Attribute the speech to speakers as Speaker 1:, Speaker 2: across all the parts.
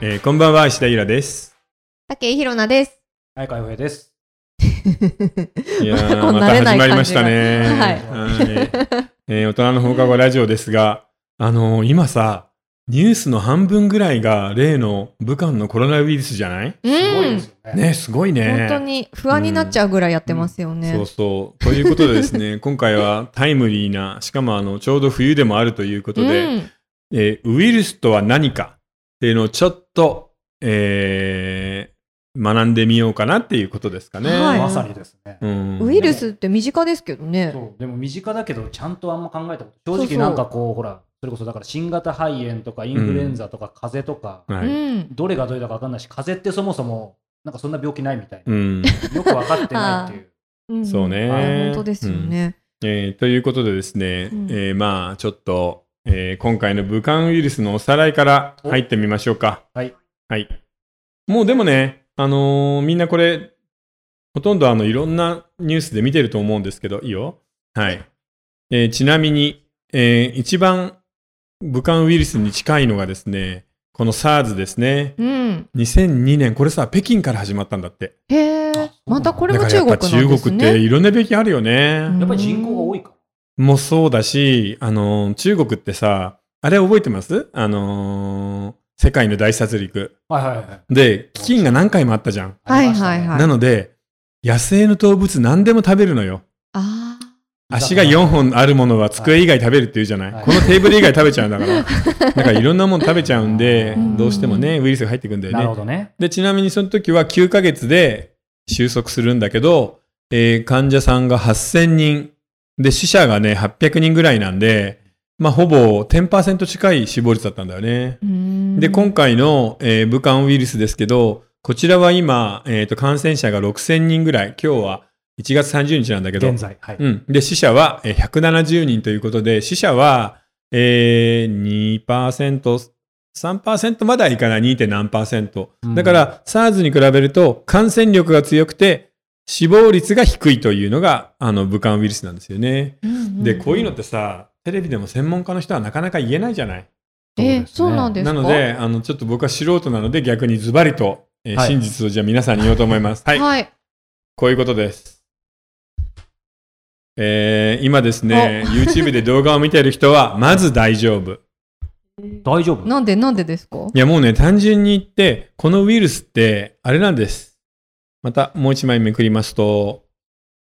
Speaker 1: えーこんばんは、石田ゆらです。
Speaker 2: 竹井ひろなです。
Speaker 3: はい、かいふえです。
Speaker 1: いや
Speaker 2: こ
Speaker 1: ー、
Speaker 2: ん
Speaker 1: ま
Speaker 2: な
Speaker 1: た
Speaker 2: 慣れな
Speaker 1: 始
Speaker 2: い
Speaker 1: まりましたね。
Speaker 3: 感
Speaker 1: はいえー大人の放課後ラジオですが、あのー今さ、ニュースの半分ぐらいが例の武漢のコロナウイルスじゃない
Speaker 2: うん、
Speaker 3: すごいですよね。
Speaker 1: ね、すごいね。
Speaker 2: 本当に不安になっちゃうぐらいやってますよね。
Speaker 1: そうそう。ということでです ね、今回はタイムリーな、しかもあの、ちょうど冬でもあるということで、
Speaker 2: うん
Speaker 1: えーウイルスとは何かっていうのをちょっと、えー学んでみようかなっていうことですかね。
Speaker 2: はい
Speaker 3: まさにですね。
Speaker 1: うん
Speaker 2: ウイルスって身近ですけどね。
Speaker 3: そうでも身近だけどちゃんとあんま考えたこと
Speaker 2: そうそ
Speaker 3: 正
Speaker 2: う
Speaker 3: 直なんかこうほらそれこそだから新型肺炎とかインフルエンザとか風邪とか、
Speaker 1: は
Speaker 2: う
Speaker 1: い。
Speaker 2: ん。
Speaker 3: どれがどれだか分かんないし風邪ってそもそもなんかそんな病気ないみたいな、
Speaker 1: うん。
Speaker 3: よく分かってないっていう
Speaker 2: うん
Speaker 1: そうね
Speaker 2: あ本当ですよね。
Speaker 1: えーということでですね、
Speaker 2: うん
Speaker 1: えーまあちょっと、えー今回の武漢ウイルスのおさらいから入ってみましょうか。
Speaker 3: おはい。
Speaker 1: はい。もうでもね、あのーみんなこれ、ほとんどあのいろんなニュースで見てると思うんですけど、いいよ。はい。えーちなみに、えー一番武漢ウイルスに近いのがですね、この SARS ですね。
Speaker 2: うん。
Speaker 1: 2002年、これさ、北京から始まったんだって。
Speaker 2: へ
Speaker 3: そう
Speaker 2: え。またこれも中
Speaker 1: やっ
Speaker 2: 国な
Speaker 1: ぱ
Speaker 2: んで
Speaker 1: 中国っ
Speaker 2: す
Speaker 1: て
Speaker 2: ね。
Speaker 1: いろんな病気あるよね。
Speaker 2: うん
Speaker 3: やっぱり人口が多いか
Speaker 1: もそうだし、あの、中国ってさ、あれ覚えてますあのー世界の大殺戮。
Speaker 3: ら、はいはいはい
Speaker 1: で、飢饉が何回もあったじゃん。
Speaker 3: ありました
Speaker 2: は
Speaker 3: ね
Speaker 2: いはいはい
Speaker 1: なので、野生の動物何でも食べるのよ。
Speaker 2: あ
Speaker 1: 足が4本あるものは机以外食べるって言うじゃない、
Speaker 3: はい
Speaker 1: このテーブル以外食べちゃうんだ から。だからいろんなもの食べちゃうんで
Speaker 3: うん、
Speaker 1: どうしてもね、ウイルスが入ってくんだよ
Speaker 3: なるほ
Speaker 1: ね。
Speaker 3: どね
Speaker 1: で、ちなみにその時は9ヶ月で収束するんだけど、えー患者さんが8000人。で、死者がね、800人ぐらいなんで、まあ、ほぼ10%近い死亡率だったんだよね。
Speaker 2: あ。うん
Speaker 1: で、今回の、えー武漢ウイルスですけど、こちらは今、えーと、感染者が6000人ぐらい、今日は1月30日なんだけど、
Speaker 3: 現在はい、
Speaker 1: うん。で、死者はえー170人ということで、死者は、えー、2%、3%まではいかない、2. 何パーセント。
Speaker 3: うん
Speaker 1: だから、SARS に比べると感染力が強くて、死亡率が低いというのが、あの、武漢ウイルスなんですよね。
Speaker 2: うんうん
Speaker 1: で、こういうのってさ、テレビでも専門家の人はなかなか言えないじゃない。
Speaker 2: え、そうなんです
Speaker 1: な
Speaker 2: か。
Speaker 1: ので、あの、ちょっと僕は素人なので、逆にズバリと、えー
Speaker 3: はい
Speaker 1: 真実をじゃあ皆さんに言おうと思います。はい。
Speaker 2: はい。
Speaker 1: こういうことです。えー今ですね、YouTube で動画を見ている人は、まず大丈夫。
Speaker 3: 大丈夫
Speaker 2: なんでなんでですか。
Speaker 1: いや、もうね、単純に言って、このウイルスって、あれなんです。また、もう一枚めくりますと、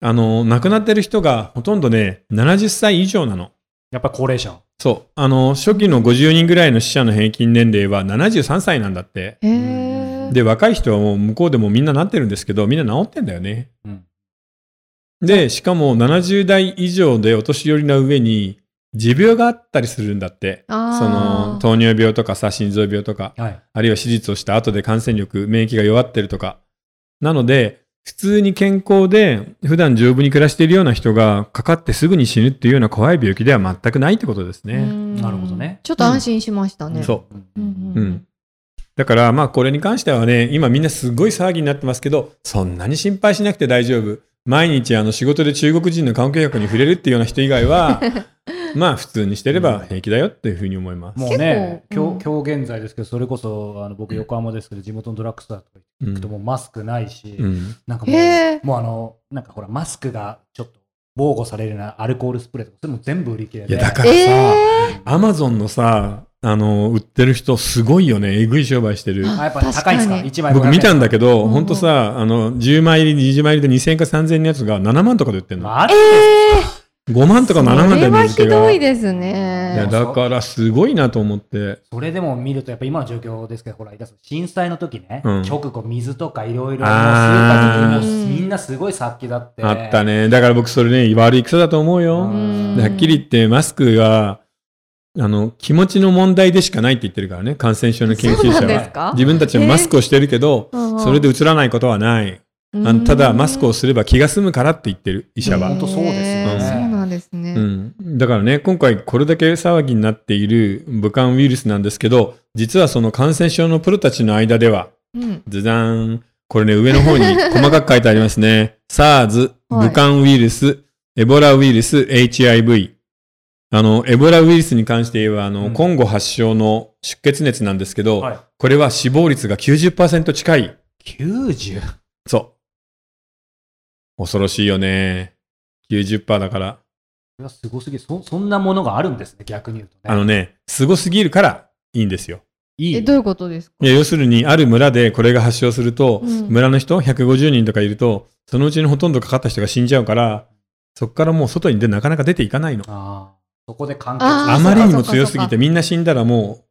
Speaker 1: あの、亡くなってる人が、ほとんどね、70歳以上なの。
Speaker 3: やっぱり高齢者
Speaker 1: そう。あの、初期の50人ぐらいの死者の平均年齢は73歳なんだって。
Speaker 2: へえ。
Speaker 1: で、若い人はもう向こうでもみんななってるんですけど、みんな治ってんだよね。
Speaker 3: うん
Speaker 1: で、しかも70代以上でお年寄りの上に、持病があったりするんだって。そ
Speaker 2: あー
Speaker 1: の、糖尿病とかさ、心臓病とか、
Speaker 3: はい
Speaker 1: あるいは手術をした後で感染力、免疫が弱ってるとか。なので、普通に健康で、普段丈夫に暮らしているような人が、かかってすぐに死ぬっていうような怖い病気では全くないってことですね。
Speaker 2: な
Speaker 3: なるほどね
Speaker 2: ちょっと安心しましたね。
Speaker 1: そう
Speaker 2: うん
Speaker 3: ん
Speaker 2: う
Speaker 1: うんん。だからまあこれに関してはね、今みんなすごい騒ぎになってますけど、そんなに心配しなくて大丈夫。毎日あの仕事で中国人の観光客に触れるっていうような人以外は、まあ普通にしてれば平気だよっていうふうに思います。
Speaker 3: もうね
Speaker 2: 結構
Speaker 3: 今日今日現在ですけどそれこそあの僕横浜ですけど地元のドラッグストアとか
Speaker 1: うん
Speaker 3: 行くともうマスクないし、
Speaker 1: うん
Speaker 3: なんかもう,、
Speaker 2: へー
Speaker 3: もうあの、なんかほら、マスクがちょっと防護されるようなアルコールスプレーとか、それも全部売り切れ
Speaker 1: い
Speaker 3: で。
Speaker 1: やだから
Speaker 2: え
Speaker 1: さ、
Speaker 2: え。
Speaker 1: アマゾンのさ、あの、売ってる人すごいよね。えぐい商売してる。
Speaker 3: あやっぱり高いんですか
Speaker 2: 確かに
Speaker 3: ?1 枚
Speaker 1: 僕見たんだけ
Speaker 3: け
Speaker 1: ど、
Speaker 2: うん
Speaker 1: ほんとさ、あの、10枚入り、20枚入りで2000円か3000円のやつが7万とかで売ってんの。
Speaker 3: マジ
Speaker 2: ええ。
Speaker 1: 5万とか7万
Speaker 2: そ
Speaker 1: で
Speaker 2: れは
Speaker 1: 水
Speaker 2: ひ
Speaker 1: けが。
Speaker 2: どい
Speaker 1: い
Speaker 2: です
Speaker 1: や、
Speaker 2: ね。
Speaker 1: だからすごいなと思って。
Speaker 3: それでも見ると、やっぱ今の状況ですけど、ほら、震災の時ね、
Speaker 1: うん
Speaker 3: 直後、水とかいろいろ、スー
Speaker 1: あ
Speaker 2: ー
Speaker 3: パーにもみんなすごい殺気だって。
Speaker 1: あったね。だから僕それね、悪い癖だと思うよ。
Speaker 2: うん
Speaker 1: ではっきり言って、マスクは、あの、気持ちの問題でしかないって言ってるからね、感染症の研
Speaker 2: そう
Speaker 1: 究
Speaker 2: な
Speaker 1: 者
Speaker 2: んで
Speaker 1: は。
Speaker 2: すか。
Speaker 1: 自分たちはマスクをしてるけど、そ
Speaker 2: そ
Speaker 1: れで移らないことはない。あのただ、マスクをすれば気が済むからって言ってる、医者
Speaker 3: ば
Speaker 1: は
Speaker 3: 本。当そうです
Speaker 2: ね
Speaker 3: ね。
Speaker 2: そうなんですね。
Speaker 1: うん、だからね、今回これだけ騒ぎになっている武漢ウイルスなんですけど、実はその感染症のプロたちの間では、
Speaker 2: うん
Speaker 1: ズダーン。これね、上の 方に細かく書いてありますね。SARS、
Speaker 2: はい
Speaker 1: 武漢ウイルス、エボラウイルス、HIV。あの、エボラウイルスに関して言えば、あの、
Speaker 3: うん
Speaker 1: コンゴ発祥の出血熱なんですけど、
Speaker 3: はい。
Speaker 1: これは死亡率が90%近い。
Speaker 3: 90?
Speaker 1: そう。恐ろしいよね。90%だから。
Speaker 3: いや、すごすぎるそ。そんなものがあるんですね、逆に言うとね。
Speaker 1: あのね、すごすぎるからいいんですよ。
Speaker 3: い
Speaker 2: え、
Speaker 3: い。
Speaker 2: どういうことですか
Speaker 1: いや要するに、ある村でこれが発症すると、
Speaker 2: うん
Speaker 1: 村の人150人とかいると、そのうちのほとんどかかった人が死んじゃうから、そこからもう外にでなかなか出ていかないの。
Speaker 3: あーそこで完結
Speaker 2: あー
Speaker 1: あまりにも
Speaker 2: そうかそう
Speaker 1: 強
Speaker 2: か
Speaker 1: すぎて、みんな死んだらも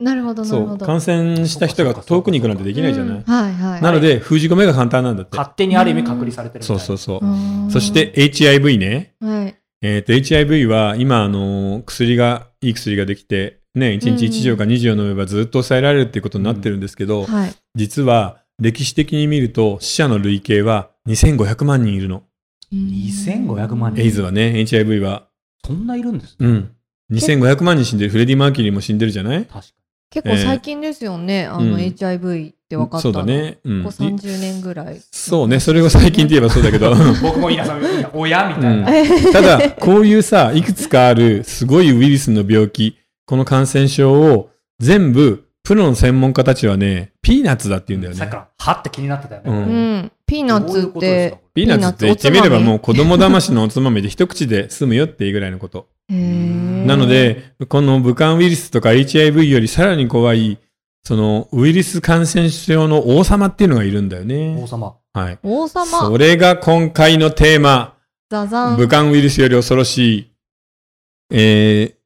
Speaker 2: なるほど、
Speaker 1: う、
Speaker 2: なる
Speaker 1: そ
Speaker 2: ほ
Speaker 1: う、
Speaker 2: ど。
Speaker 1: 感染した人が遠くに行くなんてできないじゃない。
Speaker 2: うんはいはい。
Speaker 1: なので、封じ込めが簡単なんだって。
Speaker 3: 勝手にある意味隔離されてるみたい
Speaker 1: そう
Speaker 3: な。
Speaker 1: そううそうう。
Speaker 2: ーん
Speaker 1: そして、HIV ね。
Speaker 2: はい。
Speaker 1: えっ、と、HIV は今、あのー薬が、いい薬ができて、ね、1日1錠か2錠飲めばずっと抑えられるっていうことになってるんですけど、
Speaker 2: はい。
Speaker 1: 実は歴史的に見ると死者の累計は2500万人いるの。
Speaker 3: 2500万人
Speaker 1: エイズはね、HIV は。
Speaker 3: そんないるんですね。
Speaker 1: うん。2500万人死んでる。フレディ・マーキュリーも死んでるじゃない
Speaker 3: 確か
Speaker 2: 結構最近ですよね、あ
Speaker 1: う
Speaker 2: の
Speaker 1: ん
Speaker 2: HIV って分かった
Speaker 1: そ
Speaker 2: の
Speaker 1: うだ。ね。うん。
Speaker 2: ここ30年ぐらい。
Speaker 1: そうね。それを最近って言えばそうだ けど。
Speaker 3: に。 僕も皆さん、いや親みたい な。
Speaker 1: ただ、こういうさ、いくつかあるすごいウイルスの病気、この感染症を全部、プロの専門家たちはね、ピーナッツだって言うんだよ
Speaker 3: さっきか
Speaker 1: ね。
Speaker 3: ら、はって気になってたよね。
Speaker 1: う
Speaker 2: うんん。ピーナッツって。
Speaker 1: ピーナッツって言ってみればもう子供騙しのおつまみで一口で済むよっていうぐらいのこと。
Speaker 2: へー
Speaker 1: なの、で、この武漢ウイルスとか HIV よりさらに怖い、そのウイルス感染症の王様っていうのがいるんだよ
Speaker 3: 王
Speaker 1: ね。
Speaker 3: 様。
Speaker 1: はい。
Speaker 2: 王
Speaker 1: そ
Speaker 2: 様、
Speaker 1: れが今回のテーマ。
Speaker 2: ザザン。
Speaker 1: 武漢ウイルスより恐ろしい、えー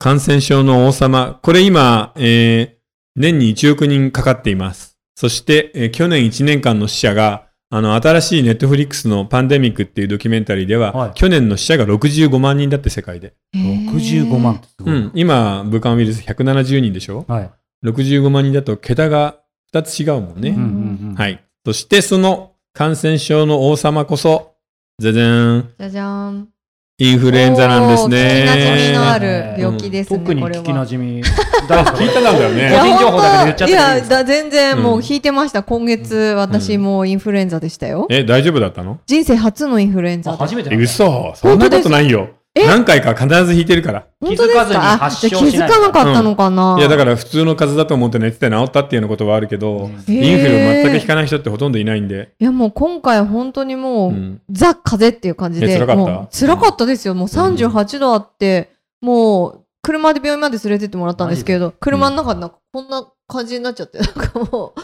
Speaker 1: 感染症の王様。これ今、えー年に1億人かかっています。そして、えー去年1年間の死者が、あの、新しいネットフリックスのパンデミックっていうドキュメンタリーでは、
Speaker 3: はい
Speaker 1: 去年の死者が65万人だって世界で。
Speaker 2: へー
Speaker 3: 65万っ。てすご
Speaker 1: う
Speaker 3: い。
Speaker 1: ん。今、武漢ウイルス170人でしょ
Speaker 3: はい。
Speaker 1: ?65 万人だと桁が2つ違うもんね。
Speaker 3: うんうんうん。。
Speaker 1: はいい。そして、その感染症の王様こそ、ぜぜーん。
Speaker 2: じゃじゃーん。
Speaker 1: インフルエンザなんですね。
Speaker 2: おー聞き馴染みのある病気ですね。
Speaker 3: 特に
Speaker 2: これ
Speaker 3: 聞
Speaker 2: は
Speaker 3: きなじみ。大好き。
Speaker 1: 聞いたなんだよ
Speaker 2: い
Speaker 1: ね
Speaker 2: や
Speaker 3: 個人情報だけで言
Speaker 2: 本
Speaker 3: っちゃ
Speaker 2: 当
Speaker 3: っ
Speaker 2: い
Speaker 3: てもいい
Speaker 2: や
Speaker 3: ですか
Speaker 2: だ全然もう
Speaker 1: うん
Speaker 2: 引いてました。今月、私もうインフルエンザでしたよ。
Speaker 1: え、大丈夫だったの
Speaker 2: 人生初のインフルエンザ
Speaker 3: あ
Speaker 2: で。
Speaker 3: 初めて
Speaker 1: え
Speaker 3: なんだ
Speaker 1: 嘘そんなことないよ。
Speaker 2: え
Speaker 1: 何回か必ず引いてるから。
Speaker 2: 本当です
Speaker 3: 気づかずに
Speaker 2: かあ
Speaker 3: 発症
Speaker 2: じゃあ気
Speaker 3: しな
Speaker 2: づ
Speaker 3: い
Speaker 2: かなかったのかな、
Speaker 1: いや、だから普通の風邪だと思って寝てて治ったっていうようなことはあるけど、
Speaker 2: へ
Speaker 1: イ
Speaker 2: ー
Speaker 1: ンフル全く引かない人ってほとんどいないんで。
Speaker 2: いやもう今回本当にも
Speaker 1: う
Speaker 2: う、
Speaker 1: ん。
Speaker 2: ザ・風邪っていう感じで。
Speaker 1: え辛かった
Speaker 2: もう辛かったですよ。もう38度あって、もう、車で病院まで連れてってもらったんですけど、車の中でなんかこんな感じになっちゃって、なんかも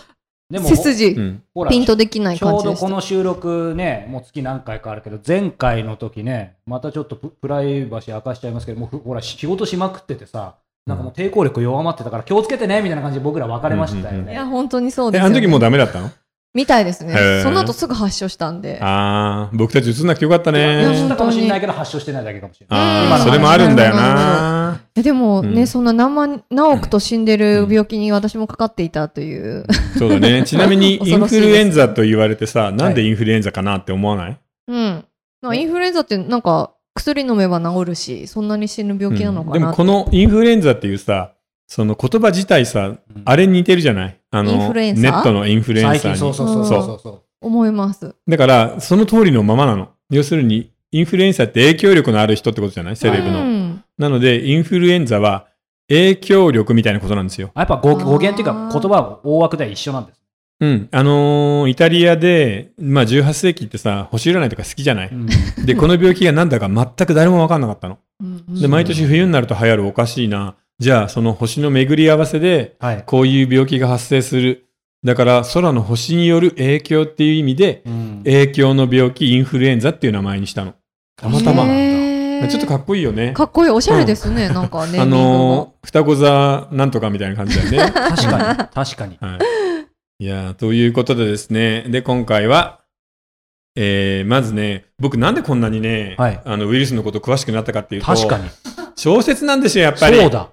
Speaker 3: で
Speaker 2: う、
Speaker 3: も
Speaker 2: 背筋、
Speaker 1: うん。
Speaker 3: ほら
Speaker 2: ピンとできない
Speaker 3: ちょ
Speaker 2: 感
Speaker 3: う
Speaker 2: じ
Speaker 3: ど
Speaker 2: でし
Speaker 3: こ
Speaker 2: た。
Speaker 3: の収録ね、もう月何回かあるけど、前回の時ね、またちょっとププライバシー明かしちゃいますけど、もうふほら、仕事しまくっててさ、なんかもう抵抗力弱まってたから、気をつけてねみたいな感じで僕ら別れましたよ
Speaker 1: うんうんうん
Speaker 2: い
Speaker 3: ね。
Speaker 2: や、本当にそう
Speaker 1: え、
Speaker 2: です
Speaker 1: あ
Speaker 2: よ、
Speaker 1: の
Speaker 2: ね。
Speaker 1: 時もうダメだったの
Speaker 2: みたいですね
Speaker 1: へー。
Speaker 2: その後すぐ発症したんで。
Speaker 1: あー、僕たち映んなくてよかった
Speaker 2: い
Speaker 1: ね
Speaker 2: や。
Speaker 3: 知ったかもしれないけど、発症してないだけかもしれない。
Speaker 1: あー、それもあるんだよな。
Speaker 2: えでもね、
Speaker 1: うん
Speaker 2: そんな何万、何億と死んでる病気に私もかかっていたという。
Speaker 1: そうだ ね。ちなみに、イ
Speaker 2: 恐
Speaker 1: ン
Speaker 2: ろしい
Speaker 1: フ
Speaker 2: です
Speaker 1: ルエンザと言われてさ、なんでインフルエンザかなって思わない
Speaker 2: うん。まあ、インフルエンザってなんか、薬飲めば治るし、そんなに死ぬ病気なの
Speaker 1: うん
Speaker 2: か
Speaker 1: で
Speaker 2: な
Speaker 1: も
Speaker 2: って、
Speaker 1: このインフルエンザっていうさ、その言葉自体さ、あ
Speaker 3: れ
Speaker 1: れに似てるじゃないあの、
Speaker 2: インフルエンサー
Speaker 1: ネットのインフルエン
Speaker 3: 最
Speaker 1: サー
Speaker 3: 近、
Speaker 1: に。
Speaker 3: そうそうそうそうそう。
Speaker 2: 思います。
Speaker 1: だから、その通りのままなの。要するに、インフルエンサーって影響力のある人ってことじゃないセレブの。
Speaker 2: うん
Speaker 1: なので、インフルエンザは影響力みたいなことなんですよ。
Speaker 3: あやっぱ語語源っていう
Speaker 2: あ
Speaker 3: か、
Speaker 2: ー
Speaker 3: 言葉は大枠では一緒なんです。
Speaker 1: うん。あのーイタリアで、まあ18世紀ってさ、星占いとか好きじゃない、で、この病気が何だか全く誰も分かんなかったの。で、
Speaker 2: で
Speaker 1: 毎年冬になると流行るおかしいな。じゃあ、その星の巡り合わせで、
Speaker 3: はい。
Speaker 1: こういう病気が発生する。だから空の星による影響っていう意味で、影響の病気インフルエンザっていう名前にしたの。たまたま。ちょっとか
Speaker 2: かっ
Speaker 1: っこいいよね。
Speaker 2: こいい、おしゃれですね、なんかね。
Speaker 1: あのー、双子座なんとかみたいな感じだよね。
Speaker 3: 確かに、確かに。
Speaker 1: はい。いやーということでですね、で、今回は、えーまずね、僕なんでこんなにね、
Speaker 3: はい
Speaker 1: あのウイルスのこと詳しくなったかっていうと、
Speaker 3: 確かに。
Speaker 1: 小説なんですよ、やっぱり。
Speaker 3: そうだ。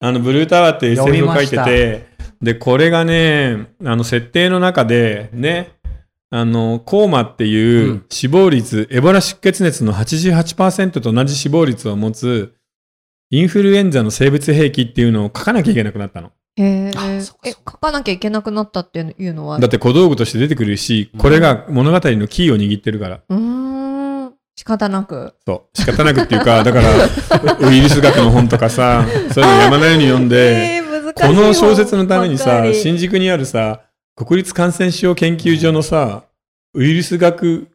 Speaker 1: あの、ブルータワーっていう SF を書いて
Speaker 3: 読
Speaker 1: て、で、これがね、あの、設定の中で、ね、あの、コーマっていううん死亡率、エボラ出血熱の88%と同じ死亡率を持つ、インフルエンザの生物兵器っていうのを書かなきゃいけなくなったの。
Speaker 2: へ
Speaker 3: あ
Speaker 2: ー
Speaker 3: そうか
Speaker 2: え、
Speaker 3: そう
Speaker 2: 書かなきゃいけなくなったっていうのは。
Speaker 1: だって小道具として出てくるし、これが物語のキーを握ってるから。
Speaker 2: うーん。仕方なく。
Speaker 1: そう。仕方なくっていうか、だから、ウイルス学の本とかさ、そういうの山のように読んで、
Speaker 2: えー難しい
Speaker 1: この小説のために
Speaker 2: ばっか
Speaker 1: さ、
Speaker 2: り
Speaker 1: 新宿にあるさ、国立感染症研究所のさ、ウイルス学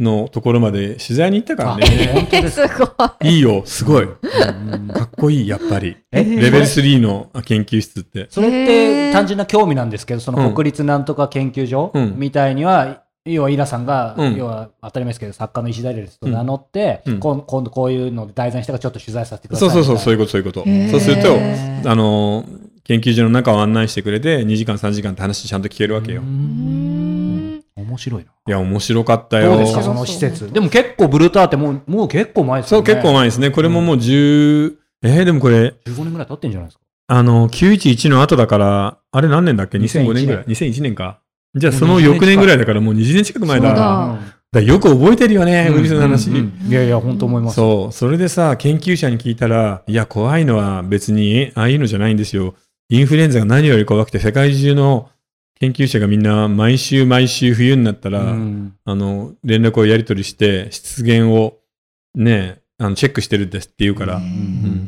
Speaker 1: のところまで取材に行ったからね。
Speaker 3: あ本当です
Speaker 2: すごい。
Speaker 1: いいよ、すごい。
Speaker 3: うん
Speaker 1: かっこいい、やっぱり。
Speaker 3: え
Speaker 1: レベル3の研究室って。
Speaker 3: それっ
Speaker 2: へ
Speaker 3: て
Speaker 2: ー
Speaker 3: 単純な興味なんですけど、その国立なんとか研究所
Speaker 1: うん
Speaker 3: みたいには、要はイラさんが、
Speaker 1: うん
Speaker 3: 要は当たり前ですけど、作家の石田ですと名乗って、
Speaker 1: うん
Speaker 3: こん今度こういうので題材にしたからちょっと取材させてくださ
Speaker 1: そ
Speaker 3: い。
Speaker 1: うそうそう、そういう
Speaker 3: こ
Speaker 1: こと、そういうこと
Speaker 2: へ。ー
Speaker 1: そうすると、
Speaker 2: へ
Speaker 1: あの、研究所の中を案内してくれて、2時間、3時間って話ちゃんと聞けるわけよ。
Speaker 2: うーん
Speaker 3: 面白いな。
Speaker 1: いや、面白かったよ。
Speaker 3: どうですか、そ
Speaker 2: そう
Speaker 3: の施設。でも結構ブルーターってもう、もう結構前です
Speaker 1: そ
Speaker 3: よ
Speaker 1: う、
Speaker 3: ね。
Speaker 1: 結構前ですね。これももう10、えーでもこれ、
Speaker 3: 15年ぐらい経ってんじゃないですか。
Speaker 1: あの、911の後だから、あれ何年だっけ ?2005 年ぐらい。2001年か。じゃあその翌年ぐらいだからもう20年近く前だ。
Speaker 2: そう
Speaker 1: だから
Speaker 2: だ
Speaker 1: よく覚えてるよね、ウイルスの話。
Speaker 3: うんうんいやいや、本当思います。
Speaker 1: そう。それでさ、研究者に聞いたら、いや、怖いのは別に、ああいうのじゃないんですよ。インフルエンザが何より怖くて、世界中の研究者がみんな、毎週毎週冬になったら、
Speaker 3: うん
Speaker 1: あの、連絡をやり取りして、出現を、ね、あの、チェックしてるんですって言うから。
Speaker 3: うんうんうん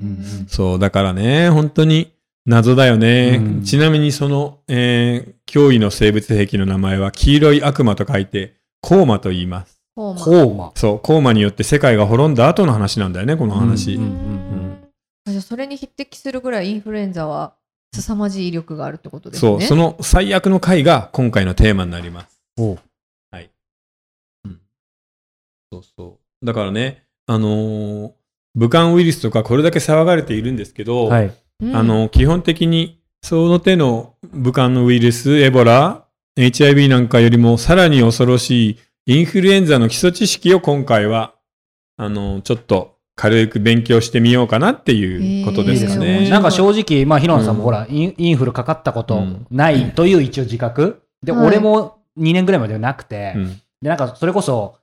Speaker 1: そう、だからね、本当に謎だよね。
Speaker 3: うん
Speaker 1: ちなみにその、えー脅威の生物兵器の名前は、黄色い悪魔と書いて、コーマと言います。
Speaker 2: コーマ
Speaker 3: コーマ。
Speaker 1: そう、コーマによって世界が滅んだ後の話なんだよね、この話。
Speaker 3: うんうん
Speaker 2: あじゃあそれに匹敵するぐらいインフルエンザは凄まじい威力があるってことですね。
Speaker 1: そう、その最悪の回が今回のテーマになります。
Speaker 3: おう
Speaker 1: はい。うん。そうそう。だからね、あのー武漢ウイルスとかこれだけ騒がれているんですけど、
Speaker 3: はい。
Speaker 2: うん
Speaker 1: あの、基本的に、その手の武漢のウイルス、エボラ、HIV なんかよりもさらに恐ろしいインフルエンザの基礎知識を今回は、あの、ちょっと軽く勉強してみようかなっていうことですか
Speaker 2: いいです
Speaker 1: ね。
Speaker 2: ね
Speaker 3: なんか正直、まあ、ヒロンさんも
Speaker 1: うん
Speaker 3: ほら、インインフルかかったこと
Speaker 1: うん
Speaker 3: ないという一応自覚。で、
Speaker 2: はい
Speaker 3: 俺も2年ぐらいまではなくて、
Speaker 1: うん
Speaker 3: で、なんかそれこそ、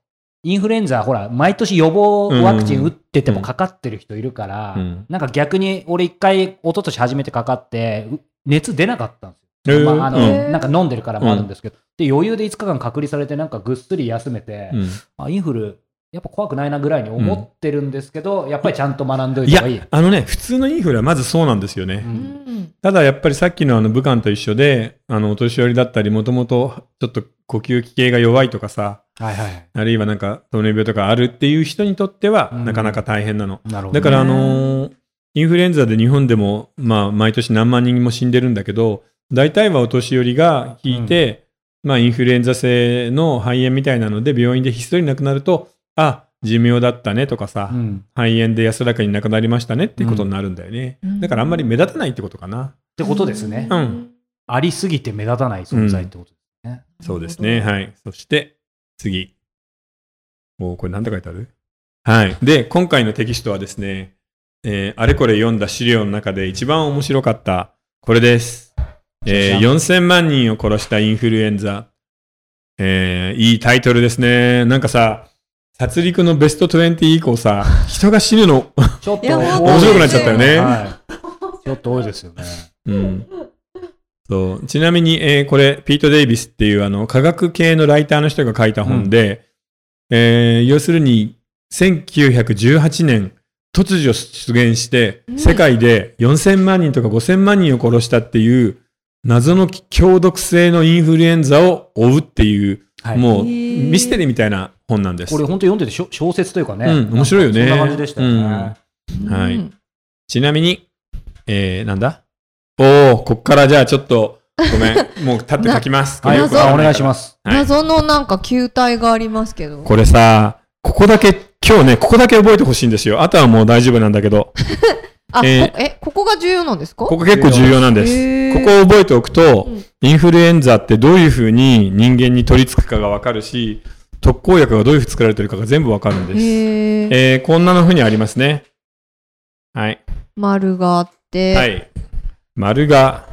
Speaker 3: インフルエンザ、ほら、毎年予防ワクチン打っててもかかってる人いるから、
Speaker 1: うん
Speaker 3: なんか逆に俺一回、一昨年初めてかかって、う熱出なかったんですよ。
Speaker 1: へー
Speaker 3: まあ、あの、
Speaker 2: うん
Speaker 3: なんか飲んでるからもあるんですけど、で、余裕で5日間隔離されて、なんかぐっすり休めて、
Speaker 1: うん
Speaker 3: あ、インフル、やっぱ怖くないなぐらいに思ってるんですけど、やっぱりちゃんと学んでお
Speaker 1: い
Speaker 3: いた
Speaker 1: や
Speaker 3: 方がいい。、
Speaker 1: あのね、普通のインフルはまずそうなんですよね。
Speaker 3: うん
Speaker 1: ただやっぱりさっきのあの武漢と一緒で、あの、お年寄りだったり、もともとちょっと呼吸器系が弱いとかさ、
Speaker 3: はいはい。
Speaker 1: あるいはなんか糖尿病とかあるっていう人にとっては、
Speaker 3: うん
Speaker 1: なかなか大変なの。
Speaker 3: なるほ
Speaker 1: だ
Speaker 3: どね。
Speaker 1: から、あのーインフルエンザで日本でも、まあ、毎年何万人も死んでるんだけど、大体はお年寄りが引いて、まあ、インフルエンザ性の肺炎みたいなので、病院でひっそり亡くなると、あ、寿命だったねとかさ、
Speaker 3: うん。
Speaker 1: 肺炎で安らかに亡くなりましたねっていうことになるんだよね。
Speaker 2: うん
Speaker 1: だからあんまり目立たないってことかな。
Speaker 3: ってことですね。
Speaker 1: うん
Speaker 3: ありすぎて目立たない存在ってことですね。
Speaker 1: そうですね。
Speaker 2: い。
Speaker 1: はい。そして、次。もうこれなんて書いてあるはい。で、今回のテキストはですね、えーあれこれ読んだ資料の中で一番面白かった、これです。えー4000万人を殺したインフルエンザ。えーいいタイトルですね。なんかさ、殺戮のベスト20以降さ、人が死ぬの、
Speaker 3: ちょっと
Speaker 2: いや本
Speaker 1: 当面白くなっちゃったよね
Speaker 3: はいちょっと多いですよね。
Speaker 1: うん。そう。ちなみに、えーこれ、ピート・デイビスっていう、あの、科学系のライターの人が書いた本で、えー要するに、1918年、突如出現して
Speaker 2: う、ん
Speaker 1: 世界で4000万人とか5000万人を殺したっていう、謎の強毒性のインフルエンザを追うっていう、
Speaker 3: はい
Speaker 1: もう、
Speaker 2: へー
Speaker 1: ミステリーみたいな本なんです。
Speaker 3: これ本当に読んでてしょ小説というかね。
Speaker 1: うん面白いよね
Speaker 3: そんな感じでしたよね。
Speaker 1: はい
Speaker 2: うん
Speaker 1: ちなみに、えー、なんだおー、こっからじゃあちょっと、ごめ ん、もう立って書きます。
Speaker 3: はい、
Speaker 2: 謎
Speaker 3: あお願いし
Speaker 1: す
Speaker 3: ます。
Speaker 1: はい
Speaker 2: 謎のなんか球体がありますけど。
Speaker 1: これさ、ここだけ、今日ね、ここだけ覚えてほしいんですよ。あとはもう大丈夫なんだけど、
Speaker 2: あ、
Speaker 1: えー
Speaker 2: こえ、ここが重要なんですか
Speaker 1: ここ結構重要なんです。
Speaker 2: へー
Speaker 1: ここを覚えておくと
Speaker 2: うん、
Speaker 1: インフルエンザってどういうふうに人間に取り付くかがわかるし、特効薬がどういうふうに作られてるかが全部わかるんです。
Speaker 2: へー
Speaker 1: えー、こんなのふうにありますね。はい。
Speaker 2: 丸があって、
Speaker 1: はい。丸が、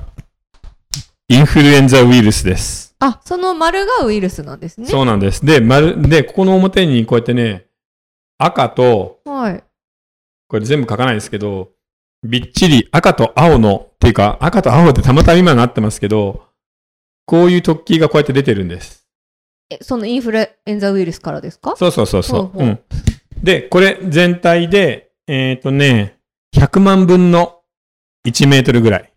Speaker 1: インフルエンザウイルスです。
Speaker 2: あ、その丸がウイルスなんですね。
Speaker 1: そうなんです。で、丸、で、ここの表にこうやってね、赤と、
Speaker 2: はい。
Speaker 1: これ全部書かないですけど、びっちり赤と青の、っていうか、赤と青ってたまたま今なってますけど、こういう突起がこうやって出てるんです。
Speaker 2: え、そのインフルエンザウイルスからですか
Speaker 1: そうそうそうそ
Speaker 2: ほう
Speaker 1: う。
Speaker 2: ほ
Speaker 1: う。
Speaker 2: うん
Speaker 1: で、これ全体で、えっ、とね、100万分の1メートルぐらい。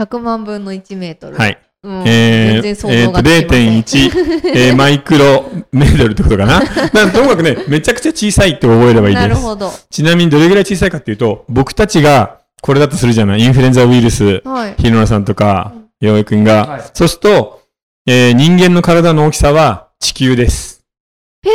Speaker 2: 100万分の1メートル。
Speaker 1: はい。
Speaker 2: うん
Speaker 1: え
Speaker 2: 全
Speaker 1: ー
Speaker 2: 然想
Speaker 1: え
Speaker 2: 像
Speaker 1: ーと
Speaker 2: ができません。
Speaker 1: 0.1、え ーマイクロメートルってことかな。なんともかくね、めちゃくちゃ小さいって覚えればいい
Speaker 2: な
Speaker 1: で
Speaker 2: る
Speaker 1: す。
Speaker 2: ほど。
Speaker 1: ちなみにどれぐらい小さいかっていうと、僕たちがこれだとするじゃない。インフルエンザウイルス、
Speaker 2: はい。
Speaker 1: 日野さんとか
Speaker 2: うん、
Speaker 1: 洋江くんが。
Speaker 3: はい
Speaker 1: そうすると、えー人間の体の大きさは地球です。
Speaker 2: へ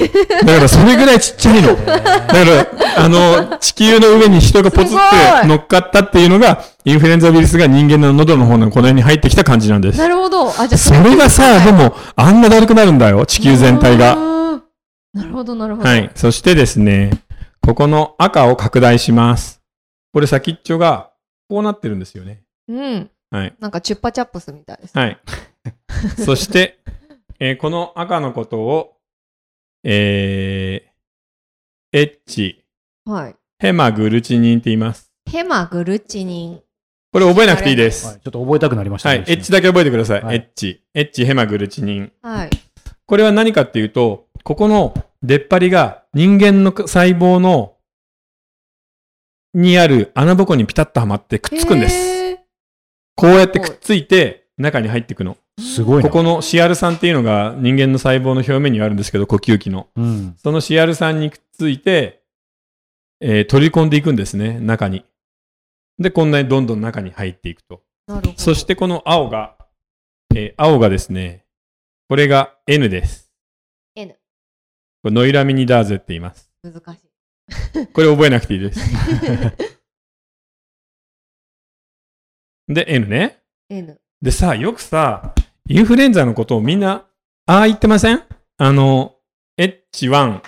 Speaker 2: え
Speaker 1: だからそれぐらいちっちゃい の。だから、あの、地球の上に人がポツっ
Speaker 2: すご
Speaker 1: て
Speaker 2: い
Speaker 1: 乗っかったっていうのが、インフルエンザウイルスが人間の喉の方のこの辺に入ってきた感じなんで
Speaker 2: ー。
Speaker 1: す。
Speaker 2: なるほど。あ、じゃあ
Speaker 1: それがさ、でも、あんなだるくなるんだよ、地球全体が。
Speaker 2: が。なるほど、なるほど。
Speaker 1: はい。そしてですね、ここの赤を拡大します。これ先っちょが、こうなってるんですよね。
Speaker 2: うん。
Speaker 1: はい。
Speaker 2: なんか、チュッパチャップスみたいです。
Speaker 1: はい。そして、えーこの赤のことを、えー、エッチ、
Speaker 2: はい。
Speaker 1: ヘマグルチニンって言います。
Speaker 2: ヘマグルチニン。
Speaker 1: これ覚えなくていいです。
Speaker 3: はいちょっと覚えたくなりました
Speaker 1: は
Speaker 3: ね。
Speaker 1: い。エッチだけ覚えてください。
Speaker 3: はい
Speaker 1: エッチ。エッチ、ヘマグルチニン。
Speaker 2: はい。
Speaker 1: これは何かっていうと、ここの出っ張りが人間の細胞の、にある穴ぼこにピタッとはまってくっつくんです。
Speaker 2: へー。
Speaker 1: こうやってくっついて中に入っていくの。
Speaker 3: すごいな
Speaker 1: ここの CR3 っていうのが人間の細胞の表面にあるんですけど、呼吸器の。
Speaker 3: うん。
Speaker 1: その CR3 にくっついて、えー取り込んでいくんですね、中に。で、こんなにどんどん中に入っていくと。
Speaker 2: なるほど。
Speaker 1: そしてこの青が、えー青がですね、これが N です。
Speaker 2: N
Speaker 1: これノイラミニダーゼって言います。
Speaker 2: 難しい。
Speaker 1: これ覚えなくていい です。で、N ね。
Speaker 2: N。
Speaker 1: でさ、よくさ、インフルエンザのことをみんな、ああ言ってませんあの、H1、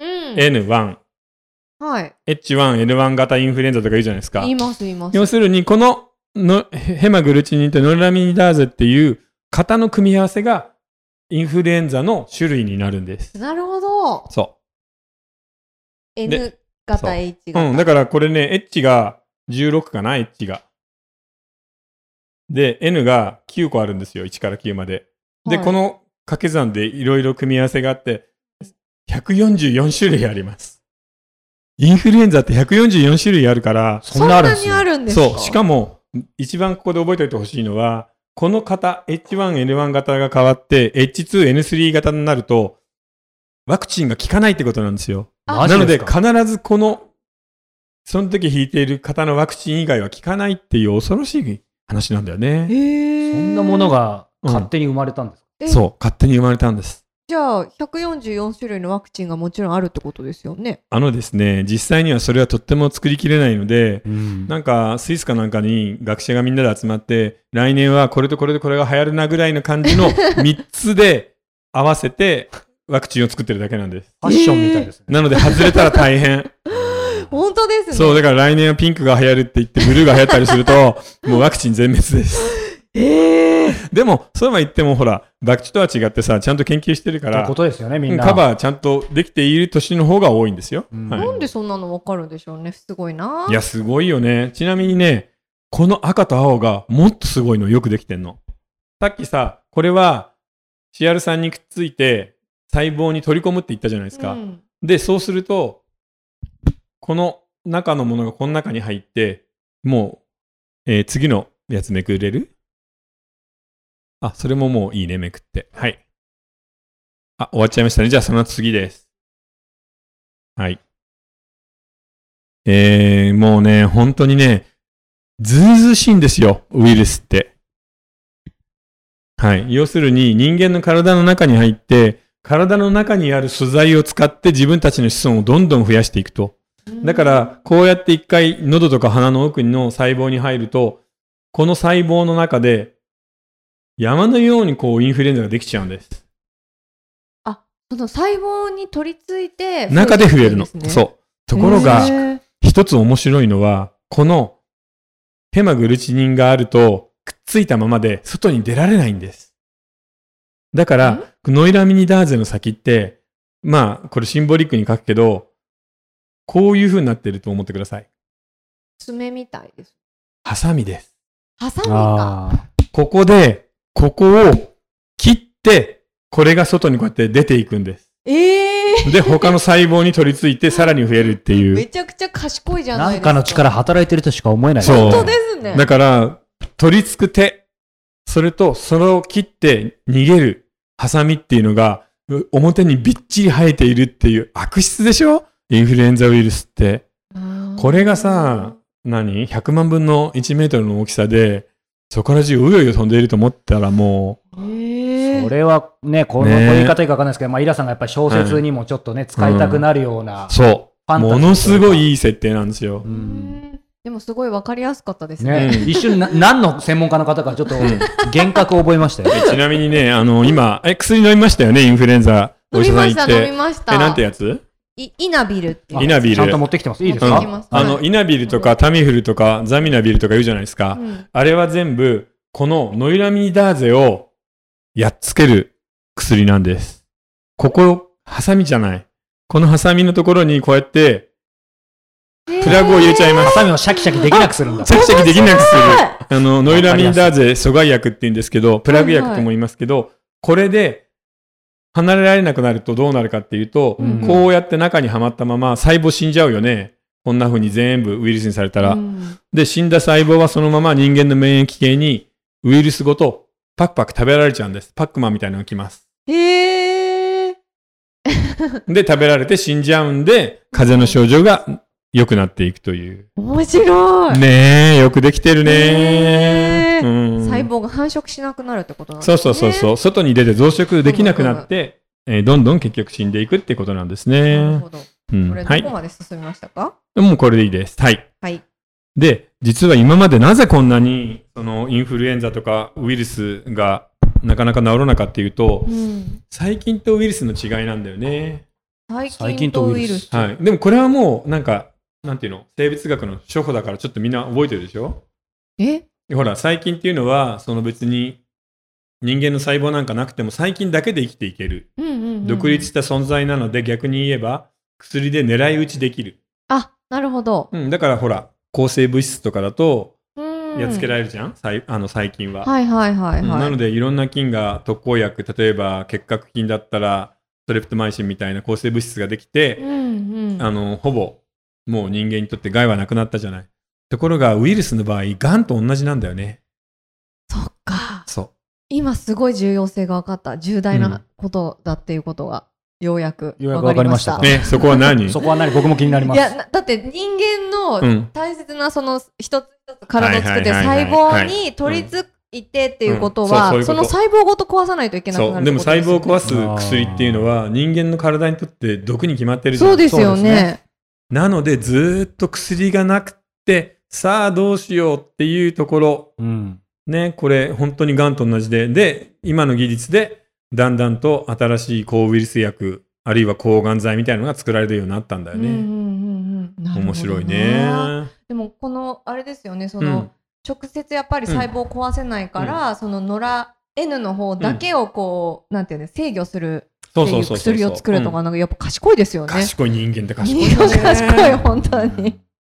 Speaker 2: うん。
Speaker 1: N1、
Speaker 2: はい。
Speaker 1: H1、N1 型インフルエンザとか言うじゃないですか
Speaker 2: 言。います、言います。
Speaker 1: 要するに、こののヘヘマグルチニンとノルラミニダーゼっていう型の組み合わせがインフルエンザの種類になるんです。
Speaker 2: なるほど。
Speaker 1: そ
Speaker 2: N 型 H
Speaker 1: う。
Speaker 2: 型。
Speaker 1: うん、だからこれね、H が16かな、H が。で、N が9個あるんですよ、1から9まで。で、
Speaker 2: はい
Speaker 1: この掛け算でいろいろ組み合わせがあって、144種類あります。インフルエンザって144種類あるから、
Speaker 2: そん
Speaker 3: ある
Speaker 2: なん
Speaker 3: です
Speaker 2: に
Speaker 3: よ
Speaker 2: あるんですか
Speaker 1: そう。しかも、一番ここで覚えておいてほしいのは、この型、H1、N1 型が変わって、H2、N3 型になると、ワクチンが効かないってことなんですよ。
Speaker 2: あ
Speaker 3: マ
Speaker 1: な
Speaker 3: ジ
Speaker 1: ので、
Speaker 3: ですか
Speaker 1: 必ずこの、その時引いている方のワクチン以外は効かないっていう恐ろしい話なんだよね。
Speaker 2: へ
Speaker 3: そ
Speaker 2: え。
Speaker 3: んなものが勝手に生まれたんですか
Speaker 2: え
Speaker 1: そう。勝手に生まれたんです。
Speaker 2: じゃあ、144種類のワクチンがもちろんあるってことですよね。
Speaker 1: あのですね、実際にはそれはとっても作りきれないので、
Speaker 3: うん
Speaker 1: なんか、スイスかなんかに学者がみんなで集まって、来年はこれとこれとこれが流行るなぐらいの感 じの3つで合わせてワクチンを作ってるだけなんです。
Speaker 3: ファッションみたいですね。
Speaker 1: なので、外れたら大変。
Speaker 2: 本当ですね。
Speaker 1: そう、だから来年はピンクが流行るって言って、ブルーが流行ったりすると、もうワクチン全滅です。
Speaker 2: ええ
Speaker 1: でも、そうは言ってもほら、ワクチンとは違ってさ、ちゃんと研究してるか
Speaker 3: って
Speaker 1: ら
Speaker 3: こ、とですよね、みんな。
Speaker 1: カバーちゃんとできている年の方が多いんですよ。
Speaker 3: うん
Speaker 1: はい。
Speaker 2: なんでそんなのわかるんでしょうね。すごいない
Speaker 1: や、すごいよね。ちなみにね、この赤と青がもっとすごいのよくできてんの。さっきさ、これは CR3 にくっついて細胞に取り込むって言ったじゃないですか。
Speaker 2: うん
Speaker 1: で、そうすると、この中のものがこの中に入って、もう、えー次のやつめくれるあ、それももういいね、めくって。はい。あ、終わっちゃいましたね。じゃあその次です。はい。えー、もうね、本当にね、ずうずうしいんですよ、ウイルスって。はい。要するに、人間の体の中に入って、体の中にある素材を使って自分たちの子孫をどんどん増やしていくと。だか、ら、こうやって一回喉とか鼻の奥の細胞に入ると、この細胞の中で山のようにこうインフルエンザができちゃうんです。
Speaker 2: その細胞に取り付いて、
Speaker 1: 中で増えるの。
Speaker 2: そうですね
Speaker 1: そう。ところが、
Speaker 2: へ
Speaker 1: 一つ面白いのは、このヘマグルチニンがあると、くっついたままで外に出られないんです。だから、ノイラミニダーゼの先って、まあ、これシンボリックに書くけど、こういう風になってると思ってください。
Speaker 2: ー爪みたいです。
Speaker 1: ハサミです。
Speaker 2: ハサミか。
Speaker 3: あ
Speaker 1: ここで、ここを切って、これが外にこうやって出ていくんです。
Speaker 2: ええ
Speaker 1: で、他の細胞に取り付いてさらに増えるってい
Speaker 2: め
Speaker 1: う。
Speaker 2: ちゃくちゃ賢いじゃない
Speaker 3: な
Speaker 2: です
Speaker 3: ん
Speaker 2: か。
Speaker 3: かの力働いてるとしか思えない。
Speaker 1: そう
Speaker 2: 本当ですね。
Speaker 1: だから、取り付く手、それとそれを切って逃げるハサミっていうのが、う表にびっちり生えているっていう悪質でしょインフルエンザウイルスって。
Speaker 2: あー
Speaker 1: これがさ、何 ?100 万分の1メートルの大きさで、そこら中うよいよ飛んでいると思ったらも
Speaker 2: ええ
Speaker 3: それはね、この
Speaker 1: ね
Speaker 3: こういう言い方いいかわかんないですけど、まあ、イラさんがやっぱり小説にもちょっとね、使いたくなるような
Speaker 1: う、。そ
Speaker 3: ファ
Speaker 1: う。
Speaker 3: ンタジー
Speaker 1: ものすごいいい設定なんですよ
Speaker 3: う。ん
Speaker 2: でもすごいわかりやすかったですね。
Speaker 3: ね、
Speaker 1: うん
Speaker 3: 一瞬な、何の専門家の方かちょっと幻覚を覚えましたよ。
Speaker 1: ちなみにね、あの、今、え、薬飲みましたよねインフルエンザ。お
Speaker 2: 飲
Speaker 1: 医者さ
Speaker 2: みま
Speaker 1: ん
Speaker 2: し、
Speaker 1: 行った
Speaker 2: 飲み
Speaker 1: て。
Speaker 2: ました。
Speaker 1: え、なんてやつ
Speaker 2: いイナビルっていう
Speaker 1: イナビル
Speaker 3: ちゃんと持ってきてます。いいです
Speaker 1: うん
Speaker 2: 持っ
Speaker 3: か
Speaker 2: てきます
Speaker 1: あの、
Speaker 2: はい
Speaker 1: イナビルとかタミフルとかザミナビルとか言うじゃないですか。
Speaker 2: うん
Speaker 1: あれは全部、このノイラミダーゼをやっつける薬なんです。ここ、ハサミじゃない。このハサミのところにこうやって、プラグを入れちゃいま
Speaker 3: ハ
Speaker 1: す。
Speaker 3: サミをシャキシャキできなくするんだ。
Speaker 1: シャキシャキできなく する。あの、ノイラミンダー
Speaker 3: わか
Speaker 1: ゼ阻害薬って言うんですけど、プラグ薬とも言いますけど、これで離れられなくなるとどうなるかっていうと、
Speaker 2: うん
Speaker 1: こうやって中にはまったまま細胞死んじゃうよね。こんな風に全部ウイルスにされたら。
Speaker 2: うん
Speaker 1: で、死んだ細胞はそのまま人間の免疫系にウイルスごとパクパク食べられちゃうんです。パックマンみたいなのが来ます。
Speaker 2: へえ。
Speaker 1: で、食べられて死んじゃうんで、風邪の症状が良くなっていくという。
Speaker 2: 面白い。
Speaker 1: ねえ、よくできてるね
Speaker 2: ねえ
Speaker 1: うん
Speaker 2: 細胞が繁殖しなくなるってことなんです
Speaker 1: そ
Speaker 2: ね。
Speaker 1: うそうそうそう、外に出て増殖できなくなって、えーどんどん結局死んでいくってことなんです
Speaker 2: なる
Speaker 1: ね
Speaker 2: ほ。ど。こ
Speaker 1: うん、
Speaker 2: れ
Speaker 1: は
Speaker 2: どこ
Speaker 1: い。
Speaker 2: まで進みましたか？
Speaker 1: もうこれでいいです。はい。
Speaker 2: はい。
Speaker 1: で、実は今までなぜこんなにそのインフルエンザとかウイルスがなかなか治らなかったっていうと、
Speaker 2: うん
Speaker 1: 細菌とウイルスの違いなんだよね。
Speaker 2: 細菌とウイルス。
Speaker 1: はい。でもこれはもうなんか、なんていうの、生物学の初歩だからちょっとみんな覚えてるでしょ
Speaker 2: え？
Speaker 1: ほら、細菌っていうのは、その別に人間の細胞なんかなくても細菌だけで生きていける。
Speaker 2: うんうんうん。
Speaker 1: 独立した存在なので逆に言えば薬で狙い撃ちできる、
Speaker 2: あ、なるほど。
Speaker 1: うん、だからほら抗生物質とかだとや
Speaker 2: や
Speaker 1: っつけら
Speaker 2: れ
Speaker 1: れるじゃん、細あの細菌は、
Speaker 2: はいはいはい
Speaker 1: うんなの
Speaker 2: は
Speaker 1: でいろんな菌が特効薬例えば結核菌だったらトレプトマイシンみたいな抗生物質ができ
Speaker 2: い。
Speaker 1: て、
Speaker 2: ん
Speaker 1: あのほぼもう人間にとって害はなくなったじゃないところがウイルスの場合がんと同じなんだよね
Speaker 2: そっか。
Speaker 1: そう
Speaker 2: 今すごい重要性が分かった。重大
Speaker 1: うん
Speaker 2: なことだっていうことが、ようやく
Speaker 3: ようやく
Speaker 2: 分かりました。
Speaker 3: 分かり
Speaker 1: ねそこは何
Speaker 3: そこは何僕も気になりま
Speaker 2: いや、
Speaker 3: す。
Speaker 2: なだって人間
Speaker 1: う
Speaker 2: の
Speaker 1: ん
Speaker 2: 大切なその一つ一つ体を作ってる
Speaker 1: はいはいはい
Speaker 2: 細
Speaker 1: はい
Speaker 2: 胞に取り付いてっていうこと
Speaker 1: うん
Speaker 2: は、
Speaker 1: そ
Speaker 2: そう
Speaker 1: そういう
Speaker 2: の
Speaker 1: こと
Speaker 2: 細胞ごと壊さないといけなくなる
Speaker 1: そ
Speaker 2: っ
Speaker 1: う
Speaker 2: て
Speaker 1: で
Speaker 2: こ
Speaker 1: も
Speaker 2: とです
Speaker 1: 細
Speaker 2: よ
Speaker 1: 胞
Speaker 2: ね
Speaker 1: を壊す薬っていうのは人間の体にとって毒に決まってるじゃん
Speaker 2: そうですよ
Speaker 3: そうです
Speaker 2: ね。
Speaker 1: なので、ずーっと薬がなくて、さあどうしようっていうところ、
Speaker 3: うん。
Speaker 1: ね、これ本当にがんと同じで、で、今の技術で、だんだんと新しい抗ウイルス薬、あるいは抗がん剤みたいなのが作られるようになったんだよ
Speaker 2: うんうんうん
Speaker 1: ね。
Speaker 2: うんなるほどな
Speaker 1: 面白いね。
Speaker 2: でもこのあれですよねそうの、
Speaker 1: ん。
Speaker 2: 直接やっぱり細胞を壊せないから、その野良 N の方だけをこう、なんていうの制御する
Speaker 1: そ
Speaker 2: っ
Speaker 1: う
Speaker 2: て
Speaker 1: そ
Speaker 2: いうう
Speaker 1: そうそう。
Speaker 2: 薬を作るとか、
Speaker 1: うん
Speaker 2: なんかやっぱ賢いですよね。
Speaker 1: 賢い人間って賢い。
Speaker 2: 人間賢い本当に、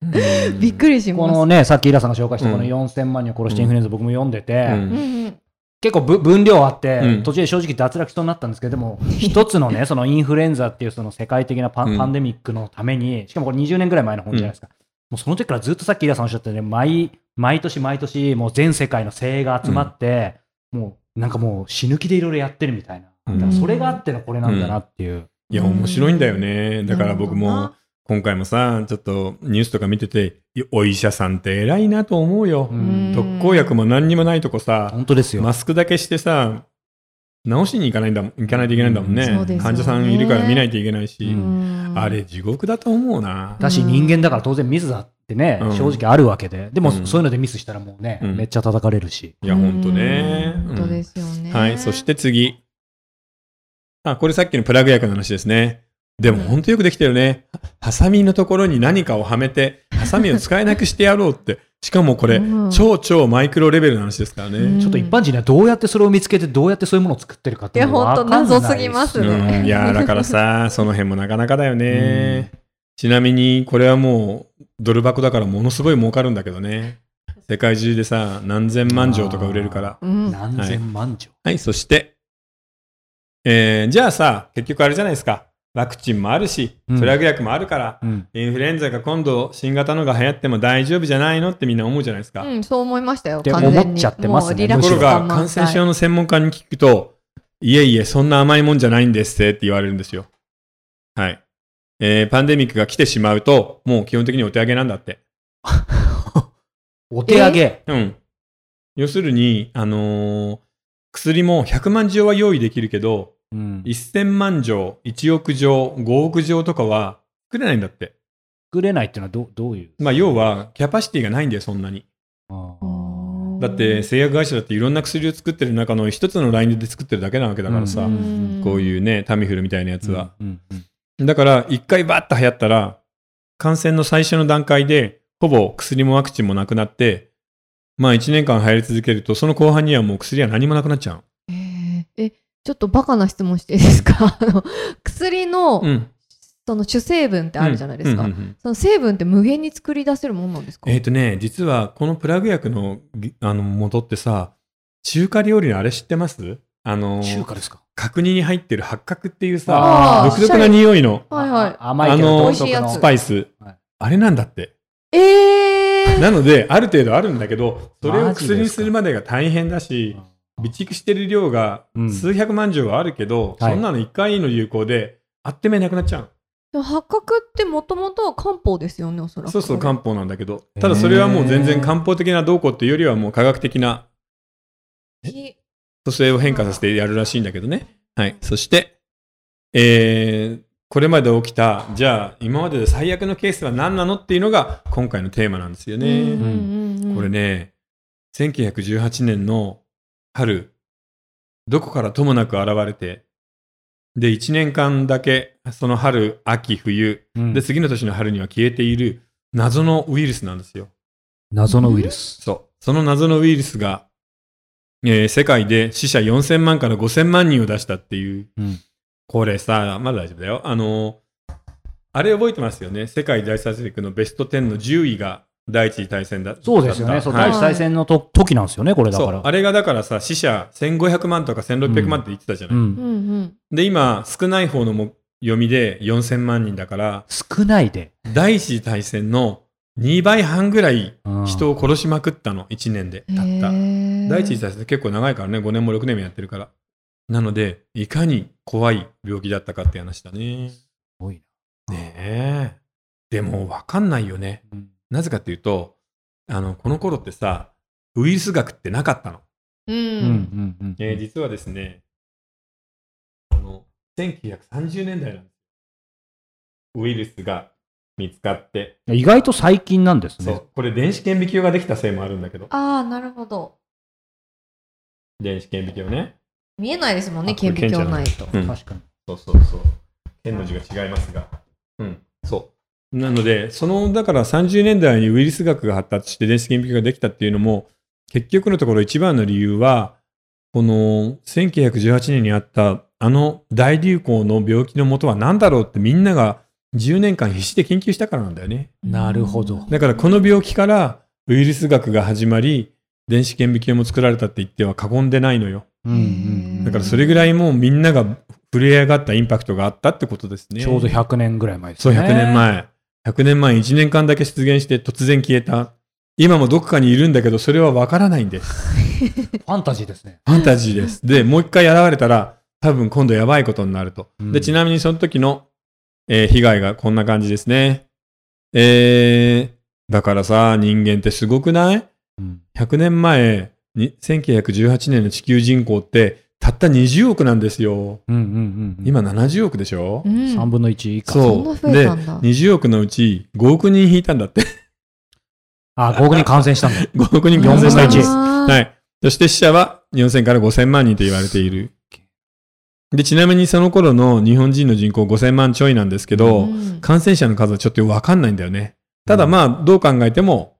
Speaker 1: うん
Speaker 2: びっくりし
Speaker 3: こ
Speaker 2: ます。
Speaker 3: のね、さっきイラさんが紹介した
Speaker 1: うん
Speaker 3: この4000万人を殺してインフルエンザ僕も読んでて、
Speaker 1: う
Speaker 2: うん
Speaker 1: ん
Speaker 2: うん
Speaker 3: 結構ぶ分量あって、
Speaker 1: うん
Speaker 3: 途中で正直脱落しそうになったんですけど、でも、一つのね、そのインフルエンザっていうその世界的なパ,、
Speaker 1: うん
Speaker 3: パンデミックのために、しかもこれ20年ぐらい前の本じゃないですか。もうその時からずっとさっきイラさんおっしゃったように、毎、毎年毎年、もう全世界の精鋭が集まって、もう、なんかもう死ぬ気でいろいろやってるみたい
Speaker 1: う
Speaker 3: な。
Speaker 1: ん
Speaker 3: だからそれがあってのこれなんだなっていう。
Speaker 1: いや、面白いんだよね。だから僕
Speaker 2: なるほど
Speaker 1: も
Speaker 2: な、
Speaker 1: 今回もさ、ちょっとニュースとか見てて、いお医者さんって偉いなと思うよ。
Speaker 3: う
Speaker 2: うん
Speaker 3: ん
Speaker 1: 特効薬も何にもないとこさ、
Speaker 3: 本当ですよ。
Speaker 1: マスクだけしてさ、治しに行かないんだもん行かないといけないんだもんね。
Speaker 2: そうですよね
Speaker 1: 患者さんいるから見ないといけないし、
Speaker 3: う
Speaker 2: うん
Speaker 1: あれ地獄だと思うな。
Speaker 3: だし人間だから当然ミスだってね、
Speaker 1: うん
Speaker 3: 正直あるわけで。でも
Speaker 1: うん
Speaker 3: そういうのでミスしたらもうね、
Speaker 1: うん
Speaker 3: めっちゃ叩かれるし。
Speaker 1: いや、ほんとね。、
Speaker 2: うん本当ですすよね。
Speaker 1: はい、そして次。あ、これさっきのプラグ薬の話ですね。でもほんとよくできてるね。ハサミのところに何かをはめて、ハサミを使えなくしてやろうって。しかもこれ、
Speaker 2: うん
Speaker 1: 超超マイクロレベルの話ですからね。
Speaker 2: うん
Speaker 3: ちょっと一般人にはどうやってそれを見つけて、どうやってそういうものを作ってるかっていうのが
Speaker 2: いや
Speaker 3: わかんない
Speaker 2: ほんと謎すぎますね
Speaker 3: うん
Speaker 1: うん、いやーだからさその辺もなかなかだよね、ちなみにこれはもうドル箱だからものすごい儲かるんだけどね世界中でさ何千万錠とか売れるから
Speaker 2: うん
Speaker 3: 何千万錠。
Speaker 1: はいそしてえーじゃあさ結局あれじゃないですかワクチンもあるし、
Speaker 3: うん
Speaker 1: トラグ薬もあるから、
Speaker 3: うん。
Speaker 1: インフルエンザが今度新型のが流行っても大丈夫じゃないのってみんな思うじゃないですか。
Speaker 2: うん、そう思いましたよ。
Speaker 3: で
Speaker 2: 完全に
Speaker 3: 思っちゃってますね
Speaker 2: もうリラッ
Speaker 1: と
Speaker 2: ク
Speaker 1: こ
Speaker 2: ス
Speaker 1: ろが
Speaker 2: 感満
Speaker 1: 感染
Speaker 2: 載
Speaker 1: 症の専門家に聞くと、いえいえ、そんな甘いもんじゃないんですってって言われるんですよ。はい。えーパンデミックが来てしまうと、もう基本的にお手上げなんだって。
Speaker 3: お手上げ。
Speaker 1: うん。要するに、あのー薬も100万錠は用意できるけど、
Speaker 3: うん。
Speaker 1: 1000万錠、1億錠、5億錠とかは作れないんだって。
Speaker 3: 作れないっていうのはどうどういう。
Speaker 1: まあ、要は、キャパシティがないんだよ、そんなに。
Speaker 3: あ
Speaker 2: う
Speaker 3: ー
Speaker 2: ん
Speaker 1: だって、製薬会社だっていろんな薬を作ってる中の一つのラインで作ってるだけなわけだからさ、
Speaker 3: うん
Speaker 1: こういううね、タミフルみたいなやつは。。
Speaker 3: うんうん
Speaker 1: だから、一回バッと流行ったら、感染の最初の段階で、ほぼ薬もワクチンもなくなって、まあ1年間流行り続けると、その後半にはもう薬は何もなくなっちゃ
Speaker 2: ん。えーえ、ちょっとバカな質問していいですか あの薬の、
Speaker 1: う。うん。
Speaker 2: その主成分ってあるじゃないですか。
Speaker 1: うんうんうんうん
Speaker 2: その成分って無限に作り出せるもんなんですか
Speaker 1: えっ、とね、実はこのプラグ薬のぎあの元ってさ、中華料理のあれ知ってますあの、
Speaker 3: 中華ですか。
Speaker 1: 角煮に入ってる八角っていうさ、
Speaker 3: あー
Speaker 1: 独特な匂いの
Speaker 2: はいはい
Speaker 3: あ甘いけ
Speaker 1: あの
Speaker 3: ど、
Speaker 1: 美味
Speaker 2: しいやつ
Speaker 1: スパイス
Speaker 3: はい。
Speaker 1: あれなんだって。
Speaker 2: えー、
Speaker 1: なので、ある程度あるんだけど、それを
Speaker 3: マジですか
Speaker 1: 薬にするまでが大変だし、備蓄してる量が
Speaker 3: うん
Speaker 1: 数百万錠はあるけど、
Speaker 3: はい
Speaker 1: そんなの一回の有効で、あってめなくなっちゃう。
Speaker 2: でも八角ってもともとは漢方ですよね、おそらく。
Speaker 1: そうそう、漢方なんだけど。ただそれはもう全然漢方的などうこうっていうよりはもう科学的な
Speaker 2: ひ
Speaker 1: 蘇生を変化させてやるらしいんだけどね。はい。そして、えーこれまで起きた、じゃあ今までで最悪のケースは何なのっていうのが今回のテーマなんですよ
Speaker 2: うん
Speaker 1: ね。
Speaker 2: うんうん
Speaker 1: これね、1918年の春、どこからともなく現れて、で、1年間だけ、その春、秋、冬、
Speaker 3: うん
Speaker 1: で、次の年の春には消えている謎のウイルスなんですよ。
Speaker 3: 謎のウイルス。
Speaker 1: そう。その謎のウイルスが、えー世界で死者4000万から5000万人を出したっていう。
Speaker 3: うん
Speaker 1: これさ、まだ大丈夫だよ。あのーあれ覚えてますよね。世界大殺戮のベスト10の10位が第一次大戦だ。
Speaker 3: そうですよ
Speaker 1: だ
Speaker 3: ね。
Speaker 1: った
Speaker 3: そう、
Speaker 1: は
Speaker 3: 第
Speaker 1: い
Speaker 3: 一次大戦のと時なんですよね、これだ
Speaker 1: そ
Speaker 3: か
Speaker 1: う
Speaker 3: ら。
Speaker 1: あれがだからさ、死者1500万とか1600万って言ってたじゃな
Speaker 3: う
Speaker 1: い。
Speaker 2: うん
Speaker 3: ん。
Speaker 2: うん。
Speaker 1: で、今、少ない方のも読みで4000万人だから、
Speaker 3: 少ないで。
Speaker 1: 第一次大戦の2倍半ぐらい
Speaker 3: うん
Speaker 1: 人を殺しまくったの、1年で。たった。第
Speaker 2: 第
Speaker 1: 一次大戦って結構長いからね、5年も6年もやってるから。なので、いかに怖い病気だったかって話だね。
Speaker 3: 多いな
Speaker 1: ねえ。でも、わかんないよね。
Speaker 3: うん
Speaker 1: なぜかっていうと、あの、この頃ってさ、ウイルス学ってなかったの。
Speaker 2: う。
Speaker 3: うんんうんう
Speaker 1: えー
Speaker 3: ん。
Speaker 1: 実はですね、あの、1930年代なんです。ウイルスが見つかって、
Speaker 3: 意外と最近なんです
Speaker 1: そ
Speaker 3: ね
Speaker 1: う。、これ電子顕微鏡ができたせいもあるんだけど、
Speaker 2: ああ、なるほど。
Speaker 1: 電子顕微鏡ね。
Speaker 2: 見えないですもんね、
Speaker 1: あこれ
Speaker 2: 顕微鏡ないと。
Speaker 1: うん
Speaker 3: 確かに。
Speaker 1: そうそうそう。変の字が違いますが。うん、そう。なので、その、だから30年代にウイルス学が発達して電子顕微鏡ができたっていうのも、結局のところ一番の理由は、この1918年にあったあの大流行の病気のもとは何だろうってみんなが10年間必死で研究したからなんだよね。
Speaker 3: なるほど
Speaker 1: だからこの病気からウイルス学が始まり、電子顕微鏡も作られたって言っては過言でないのよ。
Speaker 3: うんうんうん
Speaker 1: だからそれぐらいもうみんなが震え上がったインパクトがあったってことですね。
Speaker 3: ちょうど100年ぐらい前です
Speaker 1: そう、
Speaker 3: ね。
Speaker 1: 100年。前。100年前、1年間だけ出現して突然消えた。今もどこかにいるんだけど、それはわからないん です。
Speaker 3: ファンタジーですね。
Speaker 1: ファンタジーです。で、もう一回現れたら、多分今度やばいことになると。
Speaker 3: うん
Speaker 1: で、ちなみにその時の、えー被害がこんな感じですね。えー、だからさ、人間ってすごくない
Speaker 3: うん。
Speaker 1: 100年前に、1918年の地球人口って、たった20億なんですよ。
Speaker 3: うんうんうん。
Speaker 1: 今70億でしょ、
Speaker 2: うん。
Speaker 3: 3分の1以下。
Speaker 1: そう
Speaker 2: そんな増えたんだ。
Speaker 1: 20億のうち5億人引いたんだって。
Speaker 3: あ、5億人感染したんだ。
Speaker 1: 5億人
Speaker 3: 4
Speaker 1: 感染したんです。
Speaker 2: あー
Speaker 1: はい。そして死者は4000から5000万人と言われている
Speaker 3: すっ。
Speaker 1: で、ちなみにその頃の日本人の人口5000万ちょいなんですけど、
Speaker 2: うん
Speaker 1: 感染者の数はちょっとわかんないんだよね。ただまあ、どう考えても、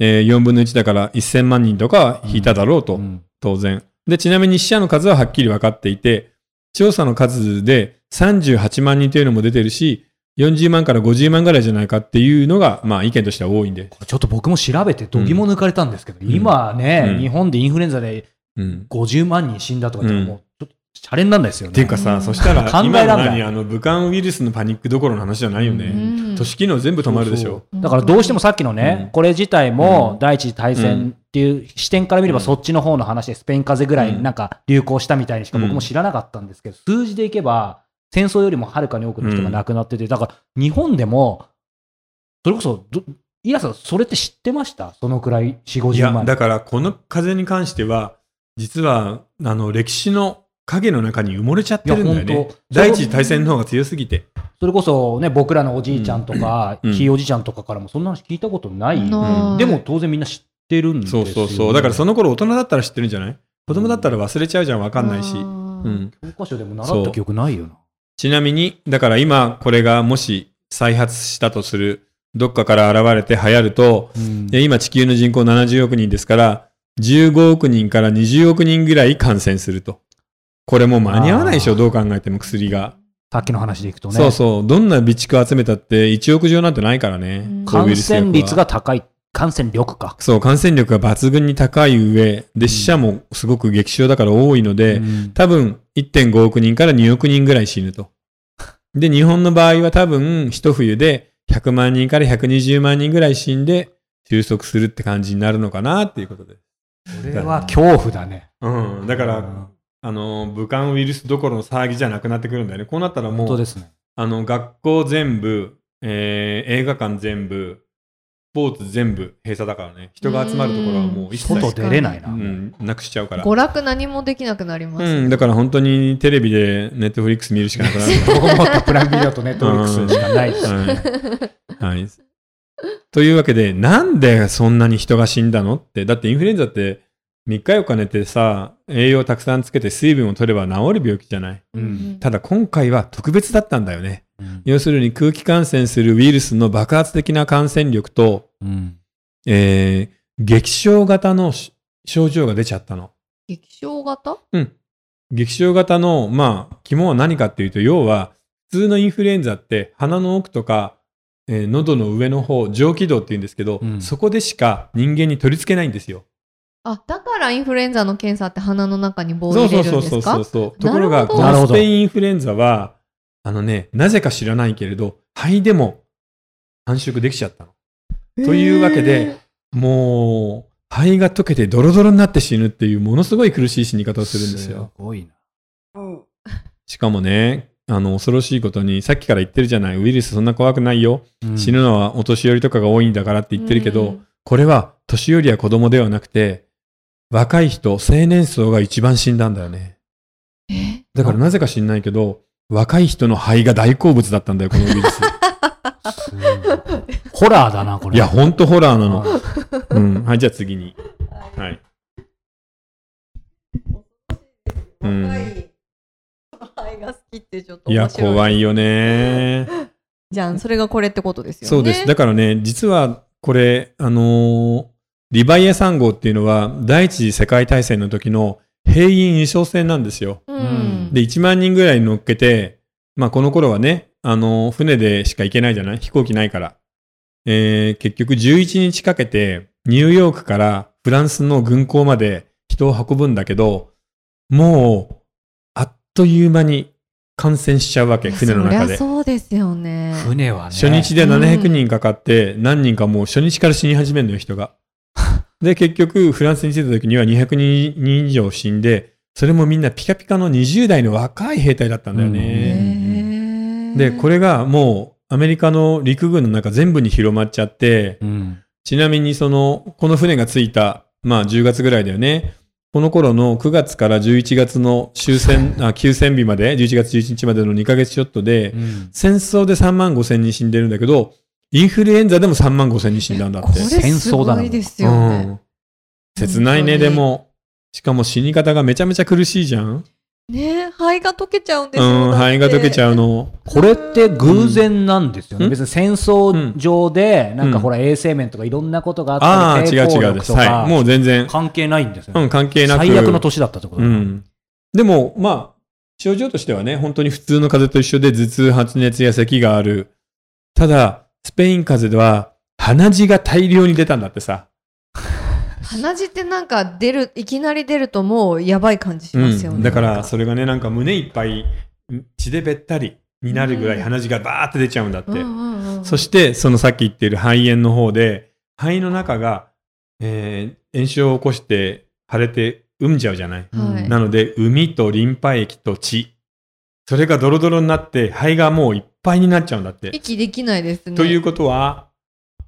Speaker 1: えー4分の1だから1000万人とかは引いただろうと、
Speaker 3: うん
Speaker 1: 当然。で、ちなみに死者の数ははっきり分かっていて、調査の数で38万人というのも出てるし、40万から50万ぐらいじゃないかっていうのが、まあ意見としては多いんで。
Speaker 3: これちょっと僕も調べて、度肝抜かれたんですけど、
Speaker 1: ん
Speaker 3: 今ね、
Speaker 1: うん
Speaker 3: 日本でインフルエンザで
Speaker 1: うん。
Speaker 3: 50万人死んだとか言って
Speaker 1: うん
Speaker 3: もうちょっとチャレンなんですよ
Speaker 1: っていう
Speaker 3: ね。
Speaker 1: かさ、そしたら、
Speaker 3: 考え
Speaker 1: 今
Speaker 3: ら
Speaker 1: の
Speaker 3: んない
Speaker 1: 何、あの、武漢ウイルスのパニックどころの話じゃないよ
Speaker 3: う
Speaker 1: ね。
Speaker 2: ん
Speaker 1: 都市機能全部止まるでしょ。
Speaker 3: そうだからどうしてもさっきのね、
Speaker 1: うん
Speaker 3: これ自体
Speaker 1: う
Speaker 3: も
Speaker 1: ん
Speaker 3: 第一次大戦っていう視点から見れば
Speaker 1: うん
Speaker 3: そっちの方の話でスペイン風邪ぐら
Speaker 1: う
Speaker 3: い
Speaker 1: ん
Speaker 3: なんか流行したみたいにしか僕も知らなかったんですけど、数字でいけば戦争よりもはるかに多くの人が亡くなってて、だから日本でも、それこそど、イラさん、それって知ってましたそのくらい4、
Speaker 1: い
Speaker 3: 50
Speaker 1: や、
Speaker 3: 万
Speaker 1: だから、この風に関しては、実は、あの、歴史の影の中に埋もれちゃってるんだよ
Speaker 3: いや本
Speaker 1: ね
Speaker 3: 当。
Speaker 1: 第一次大戦の方が強すぎて。
Speaker 3: それこそね、僕らのおじいちゃんとか、
Speaker 1: うん
Speaker 3: ひいおじいちゃんとかからもそんな話聞いたことない。
Speaker 1: うん
Speaker 3: でも、当然みんな知ってるんです
Speaker 1: そ
Speaker 3: よ、
Speaker 1: う
Speaker 3: ね。
Speaker 1: そうそう。だから、その頃大人だったら知ってるんじゃない子供だったら忘れちゃうじゃん、わかんないし。う
Speaker 2: うん
Speaker 1: ん。
Speaker 3: 教科書でも習った記憶ないよな。
Speaker 1: ちなみに、だから今、これがもし再発したとする、どっかから現れて流行ると、
Speaker 3: うん
Speaker 1: で今地球の人口70億人ですから、15億人から20億人ぐらい感染すると。これもう間に合わないでしょ、
Speaker 3: あー
Speaker 1: どう考えても薬が。
Speaker 3: さっきの話でいくとね、
Speaker 1: そうそう。どんな備蓄集めたって1億錠なんてないからね
Speaker 2: うん。
Speaker 1: 抗ウイ
Speaker 3: 感
Speaker 1: ルス薬は
Speaker 3: 染率が高い、感染力か。
Speaker 1: そう、感染力が抜群に高い上、で、死者もすごく激症だから多いので、
Speaker 3: うん
Speaker 1: 多分1.5億人から2億人ぐらい死ぬ と。で、日本の場合は多分一冬で100万人から120万人ぐらい死んで収束するって感じになるのかなっていうことです。
Speaker 3: これは恐怖だね。
Speaker 1: うん。だから、あの、武漢ウイルスどころの騒ぎじゃなくなってくるんだよね。こうなったらも
Speaker 3: 本当
Speaker 1: う、
Speaker 3: ですね。
Speaker 1: あの、学校全部、えー映画館全部、スポーツ全部閉鎖だからね。人が集まるところはもう一切、
Speaker 3: 外出れないな。
Speaker 1: うん、なくしちゃうから。
Speaker 2: 娯楽何もできなくなります。
Speaker 1: うん、だから本当にテレビでネットフリックス見るしかなくなる。
Speaker 3: 僕も思ったプライムビデオとネットフリックスしかないです。
Speaker 1: はい。はい。というわけで、なんでそんなに人が死んだのって、だってインフルエンザって3日4日寝てさ、栄養たくさんつけて水分を取れば治る病気じゃない。
Speaker 3: うん
Speaker 1: ただ今回は特別だったんだよね。
Speaker 3: うん
Speaker 1: 要するに空気感染するウイルスの爆発的な感染力と、
Speaker 3: うん
Speaker 1: えー、激症型のし症状が出ちゃったの。
Speaker 2: 劇場型
Speaker 1: 劇症型の、まあ、肝は何かっていうと、要は、普通のインフルエンザって、鼻の奥とか、えー喉の上の方、上気道って言うんですけど、
Speaker 3: うん
Speaker 1: そこでしか人間に取り付けないんですよ。
Speaker 2: あ、だからインフルエンザの検査って鼻の中に棒を
Speaker 1: そうそ
Speaker 2: 入れ
Speaker 1: う
Speaker 2: る
Speaker 1: そ
Speaker 2: ん
Speaker 1: う
Speaker 2: です
Speaker 1: そうそ
Speaker 2: か
Speaker 1: うそう。ところが、こ
Speaker 3: なるほ
Speaker 1: の
Speaker 3: ど
Speaker 1: スペインインフルエンザは、あのね、なぜか知らないけれど、肺でも繁殖できちゃったの。というわけで、もう、肺が溶けてドロドロになって死ぬっていう、ものすごい苦しい死に方をするんですよ。
Speaker 3: ごいな。
Speaker 1: しかもね、あの、恐ろしいことに、さっきから言ってるじゃない、ウイルスそんな怖くないよ。
Speaker 3: うん
Speaker 1: 死ぬのはお年寄りとかが多いんだからって言ってるけど、
Speaker 2: うん
Speaker 1: これは年寄りや子供ではなくて、若い人、青年層が一番死んだんだよね。
Speaker 2: え
Speaker 1: だからなぜか知んないけど、若い人の肺が大好物だったんだよ、このウイルス。
Speaker 3: すごいホラーだな、これ。
Speaker 1: いや、ほんとホラーなの。
Speaker 3: はい
Speaker 1: うん。はい、じゃあ次に。はい。うん。
Speaker 2: 肺が好きってちょっと
Speaker 1: いや、
Speaker 2: 面白い。
Speaker 1: 怖いよねー。
Speaker 2: じゃん、それがこれってことですよね。
Speaker 1: そうです。だからね、実はこれ、あのーリバイア3号っていうのは、第一次世界大戦の時の兵員輸送船なんですよ。
Speaker 2: うん。
Speaker 1: で、1万人ぐらい乗っけて、まあ、この頃はね、あのー船でしか行けないじゃない飛行機ないから。えー結局11日かけて、ニューヨークからフランスの軍港まで人を運ぶんだけど、もう、あっという間に感染しちゃうわけ、船の中
Speaker 2: そり
Speaker 1: で
Speaker 2: ゃ。そうですよね。
Speaker 3: 船はね。
Speaker 1: 初日で700人かかって、何人かもう初日から死に始めるのよ、人が。で、結局、フランスに着いた時には200人以上死んで、それもみんなピカピカの20代の若い兵隊だったんだよね。
Speaker 2: へ
Speaker 1: で、こ
Speaker 2: れ、
Speaker 1: れがもうアメリカの陸軍の中全部に広まっちゃって
Speaker 3: う、ん。
Speaker 1: ちなみにその、この船が着いた、まあ10月ぐらいだよね。この頃の9月から11月の終戦、あ、休戦日まで、11月11日までの2ヶ月ちょっとで、
Speaker 3: うん
Speaker 1: 戦争で3万5千人死んでるんだけど、インフルエンザでも3万5千人死んだんだって。
Speaker 2: これす
Speaker 3: 戦争だ
Speaker 2: ご
Speaker 3: ない
Speaker 2: ですよね。
Speaker 1: うん切ないね、
Speaker 2: 本当
Speaker 1: で
Speaker 2: に
Speaker 1: も。しかも死に方がめちゃめちゃ苦しいじゃん。
Speaker 2: ね肺が溶けちゃうんです
Speaker 1: う
Speaker 2: よ。
Speaker 1: ん、肺が溶けち
Speaker 2: ゃ
Speaker 1: ゃうの。
Speaker 3: これって偶然なんですよね。
Speaker 1: うん
Speaker 3: 別に戦争上で、なんかほら衛生面とかいろんなことがあ
Speaker 1: ああ
Speaker 3: っ
Speaker 1: ー、
Speaker 3: たり、
Speaker 1: 違う
Speaker 3: 抵抗
Speaker 1: 違う
Speaker 3: 力
Speaker 1: です。
Speaker 3: とか
Speaker 1: はい。もう全然。
Speaker 3: 関係ないんですよ
Speaker 1: う
Speaker 3: ね。
Speaker 1: ん、関係なく。
Speaker 3: 最悪の年だったってこと
Speaker 1: う
Speaker 3: だな。
Speaker 1: ん。でも、まあ、症状としてはね、本当に普通の風邪と一緒で頭痛、発熱や咳がある。ただ、スペイン風邪では、鼻血が大量に出たんだってさ。
Speaker 2: 鼻血ってなんか出る、いきなり出るともうやばい感じしますよね。
Speaker 1: うん、だか
Speaker 2: なん
Speaker 1: らそれがねなんか胸いっぱい血でべったりになるぐら
Speaker 2: う
Speaker 1: い
Speaker 2: ん
Speaker 1: 鼻血がバーって出ちゃうんだって、
Speaker 2: うんうんうん
Speaker 1: そしてそのさっき言っている肺炎の方で肺の中が、えー炎症を起こして腫れて産んじゃうじゃない、
Speaker 2: はい
Speaker 1: なので膿とリンパ液と血それがドロドロになって肺がもういっぱいになっちゃうんだって、
Speaker 2: 息できないですね。
Speaker 1: ということは、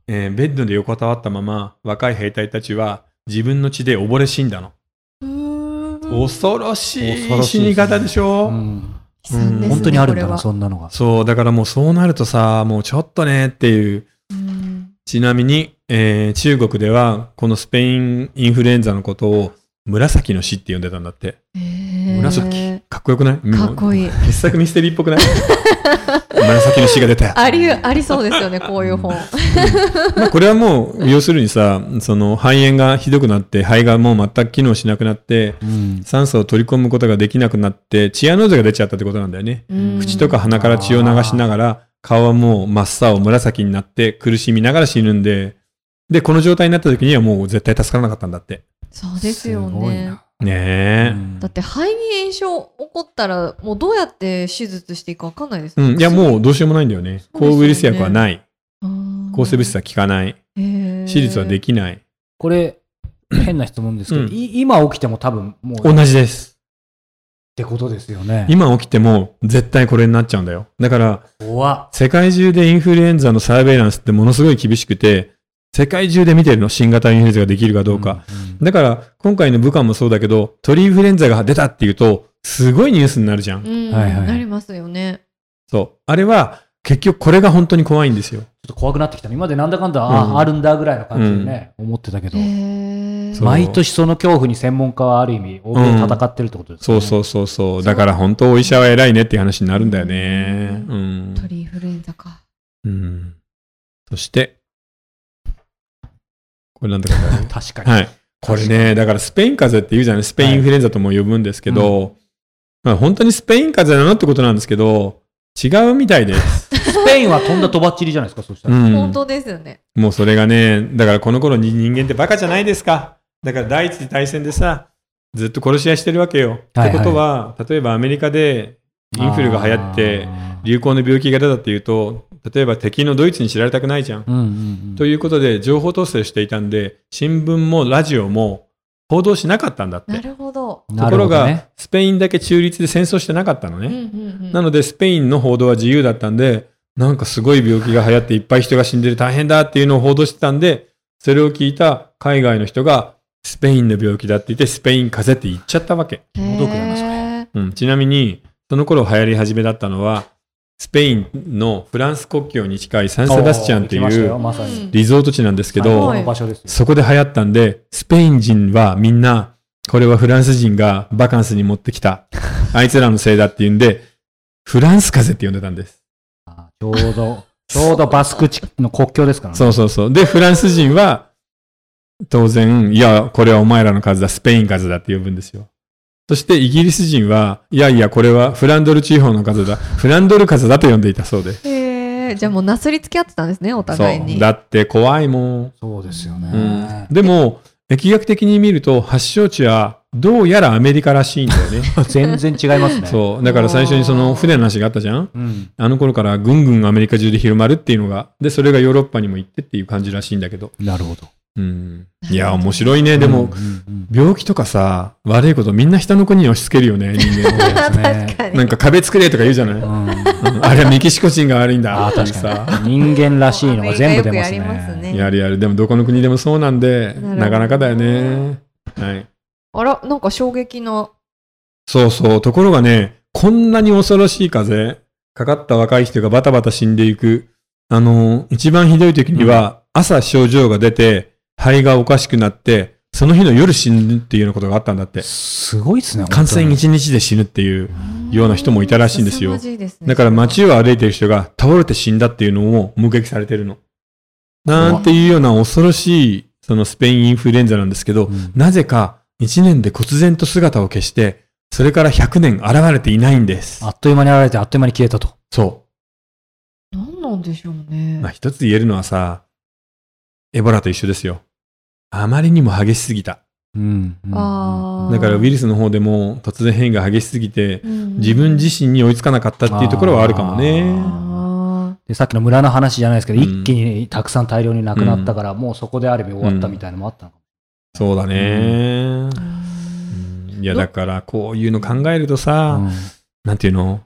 Speaker 1: えーベッドで横たわったまま若い兵隊たちは自分の血で溺れ死んだの、
Speaker 2: うーん
Speaker 1: 恐ろし
Speaker 3: 恐
Speaker 1: い
Speaker 3: ろし
Speaker 1: 死
Speaker 3: いですね
Speaker 1: に方でしょ、
Speaker 3: うん
Speaker 2: 悲惨ですね
Speaker 3: 本当にあるんだ
Speaker 2: これ
Speaker 3: な、
Speaker 2: は
Speaker 3: そんなのが。
Speaker 1: そう、だからもうそうなるとさ、もうちょっとねっていう。
Speaker 2: うん
Speaker 1: ちなみに、えー中国では、このスペインインフルエンザのことを、紫の死って呼んでたんだって。
Speaker 2: へー
Speaker 1: 紫。かっこよくない
Speaker 2: かっこ
Speaker 1: いい。
Speaker 2: いい。
Speaker 1: 傑作ミステリーっぽくない 紫の死が出たよ。
Speaker 2: あり、ありそうですよね、こういう本。
Speaker 1: まあこれはもう、要するにさ、その肺炎がひどくなって、肺がもう全く機能しなくなって、
Speaker 3: うん
Speaker 1: 酸素を取り込むことができなくなって、チアノーゼが出ちゃったってことなんだよね。
Speaker 2: うん
Speaker 1: 口とか鼻から血を流しながら、顔はもう真っ青紫になって苦しみながら死ぬんで、で、この状態になった時にはもう絶対助からなかったんだって。
Speaker 2: そうですよ
Speaker 3: ごい
Speaker 2: ね。
Speaker 3: なう
Speaker 1: ね
Speaker 3: ん
Speaker 2: だって肺に炎症起こったら、もうどうやって手術していいかわかんないです
Speaker 1: え。
Speaker 2: ね
Speaker 1: うん。いや、もうどうしようもないんだよね。
Speaker 2: そうですよね
Speaker 1: 抗ウイルス薬はない。
Speaker 2: うん
Speaker 1: 抗生物質は効かない。
Speaker 2: へー
Speaker 1: 手術はできない。
Speaker 3: これ、 変な質問ですけど、
Speaker 1: うん
Speaker 3: い今起きても多分もうっ
Speaker 1: 同じです。
Speaker 3: てことですよね。
Speaker 1: 今起きても絶対これになっちゃうんだよ。だから、
Speaker 3: 怖
Speaker 1: 世界中でインフルエンザのサーベイランスってものすごい厳しくて、世界中で見てるの。新型インフルエンザができるかどうか。だから、今回の武漢もそうだけど、鳥インフルエンザが出たっていうと、すごいニュースになるじゃん。
Speaker 2: うん、
Speaker 3: はいはい
Speaker 2: なりますよね。
Speaker 1: そう。あれは、結局これが本当に怖いんですよ。
Speaker 3: ちょっと怖くなってきた。今までなんだかんだ、
Speaker 1: う
Speaker 3: あ
Speaker 1: ん
Speaker 3: あるんだぐらいの感じでね、思ってたけど、
Speaker 2: へー
Speaker 1: そう
Speaker 3: 毎年その恐怖に専門家はある意味、欧米で戦ってるってことです
Speaker 1: そ
Speaker 3: ね。
Speaker 1: うそうそうそう。だから本当お医者は偉いねっていう話になるんだよね。
Speaker 2: う
Speaker 1: うん。
Speaker 2: 鳥インフルエンザか。
Speaker 1: うん。そして、これなんだかわかる
Speaker 3: 確かに。
Speaker 1: はい。これね、だからスペイン風邪って言うじゃない、スペインインフルエンザとも呼ぶんですけど、まあ本当にスペイン風邪なのってことなんですけど、違うみたい です。
Speaker 3: スペインは飛んだとばっちりじゃないですか、そした
Speaker 1: う
Speaker 3: ら。
Speaker 1: ん。
Speaker 2: 本当ですよね。
Speaker 1: もうそれがね、だからこの頃に人間ってバカじゃないですか。だから第一次大戦でさ、ずっと殺し合いしてるわけよ。
Speaker 3: はいはい
Speaker 1: ってことは、例えばアメリカでインフルが流行って
Speaker 3: あ、ー、
Speaker 1: 流行の病気が出たっていうと、例えば敵のドイツに知られたくないじゃん。
Speaker 3: うんうんうん
Speaker 1: ということで、情報統制していたんで、新聞もラジオも報道しなかったんだっ
Speaker 2: な
Speaker 1: て。
Speaker 2: るほど。
Speaker 1: と
Speaker 3: な
Speaker 1: こ
Speaker 3: る
Speaker 1: ろ
Speaker 3: ほどね
Speaker 1: が、スペインだけ中立で戦争してなかったのね。
Speaker 2: うんうんうん
Speaker 1: なので、スペインの報道は自由だったんで、なんかすごい病気が流行っていっぱい人が死んでる大変だっていうのを報道してたんで、それを聞いた海外の人が、スペインの病気だって言って、スペイン風邪って言っちゃったわけ。
Speaker 2: へー
Speaker 3: 毒だなそ
Speaker 1: うん、ちなみに、その頃流行り始めだったのは、スペインのフランス国境に近いサンセバスチャンって
Speaker 3: おー行きました
Speaker 1: い
Speaker 3: よ
Speaker 1: う
Speaker 3: まさに。
Speaker 2: うん
Speaker 1: リゾート地なんですけ
Speaker 3: 最
Speaker 1: ど
Speaker 3: 高、の場所ですよ
Speaker 1: そこで流行ったんで、スペイン人はみんな、これはフランス人がバカンスに持ってき た。あいつらのせいだって言うんで、フランス風邪って呼んでたんです。
Speaker 3: あーちょうど、ちょうどバスク地区の国境ですからね。
Speaker 1: そうそうそう。で、フランス人は、当然、いや、これはお前らの数だ、スペイン数だって呼ぶんですよ。そして、イギリス人は、いやいや、これはフランドル地方の数だ、フランドル数だと呼んでいたそうで。
Speaker 2: へーじゃあもうなすりつき合ってたんですね、お
Speaker 1: そ
Speaker 2: 互いに。
Speaker 1: う。だって怖いも
Speaker 3: そうですよね。
Speaker 1: ん。うん。でも、疫学的に見ると、発祥地は、どうやらアメリカらしいんだ よね。
Speaker 3: 全然違いますね。
Speaker 1: そう。だから最初にその船の話があったじゃん
Speaker 3: う。ん。
Speaker 1: あの頃からぐんぐんアメリカ中で広まるっていうのが、で、それがヨーロッパにも行ってっていう感じらしいんだけど。
Speaker 3: なるほど。
Speaker 1: うん。いや、面白いね。でも、
Speaker 3: うんうん
Speaker 1: 病気とかさ、悪いことみんな人の国に押し付けるよね、人間
Speaker 3: うん、確
Speaker 2: 確 かに。
Speaker 1: なんか壁作れとか言うじゃない、 うんあれはメキシコ人が悪いんだ。
Speaker 3: ああ、
Speaker 1: っていう
Speaker 3: 確か
Speaker 1: さ。
Speaker 3: に。人間らしいのが全部出ます
Speaker 2: アメリカよくやります
Speaker 3: ね。
Speaker 2: ね。
Speaker 1: やるやる。でもどこの国でもそうなんで、
Speaker 2: なるほど
Speaker 1: なかなかだよね。はい。
Speaker 2: あら、なんか衝撃の。
Speaker 1: そうそう。ところがね、こんなに恐ろしい風邪、かかった若い人がバタバタ死んでいく。あの、一番ひどい時には、朝症状が出て、肺がおかしくなって、その日の夜死ぬっていうようなことがあったんだって。
Speaker 3: すごいですね。
Speaker 1: 感染1日で死ぬっていう。ような人もいたらしいんですよ
Speaker 2: 凄まじいですね
Speaker 1: だから街を歩いてる人が倒れて死んだっていうのを目撃されてるの。なんていうような恐ろしい、そのスペインインフルエンザなんですけど、
Speaker 3: うん
Speaker 1: なぜか1年で忽然と姿を消して、それから100年現れていないんです
Speaker 3: あ。っという間に現れて、あっという間に消えたと。
Speaker 1: そ
Speaker 2: 何なんでしょう
Speaker 1: う。
Speaker 2: ね
Speaker 1: まあ、。一つ言えるのはさ、エボラと一緒ですよ。あまりにも激しすぎた。
Speaker 3: うん。
Speaker 2: あー
Speaker 1: だからウイルスの方でも突然変異が激しすぎて、
Speaker 2: うん
Speaker 1: 自分自身に追いつかなかったっていうところはあるかもね。
Speaker 2: あ
Speaker 3: でさっきの村の話じゃないですけど、
Speaker 1: うん
Speaker 3: 一気にたくさん大量になくなったから、もうそこである意味終わったみたいなのもあったのかも
Speaker 1: そうだね。
Speaker 2: ー
Speaker 1: いや、だからこういうの考えるとさ、
Speaker 3: うん
Speaker 1: なんていうの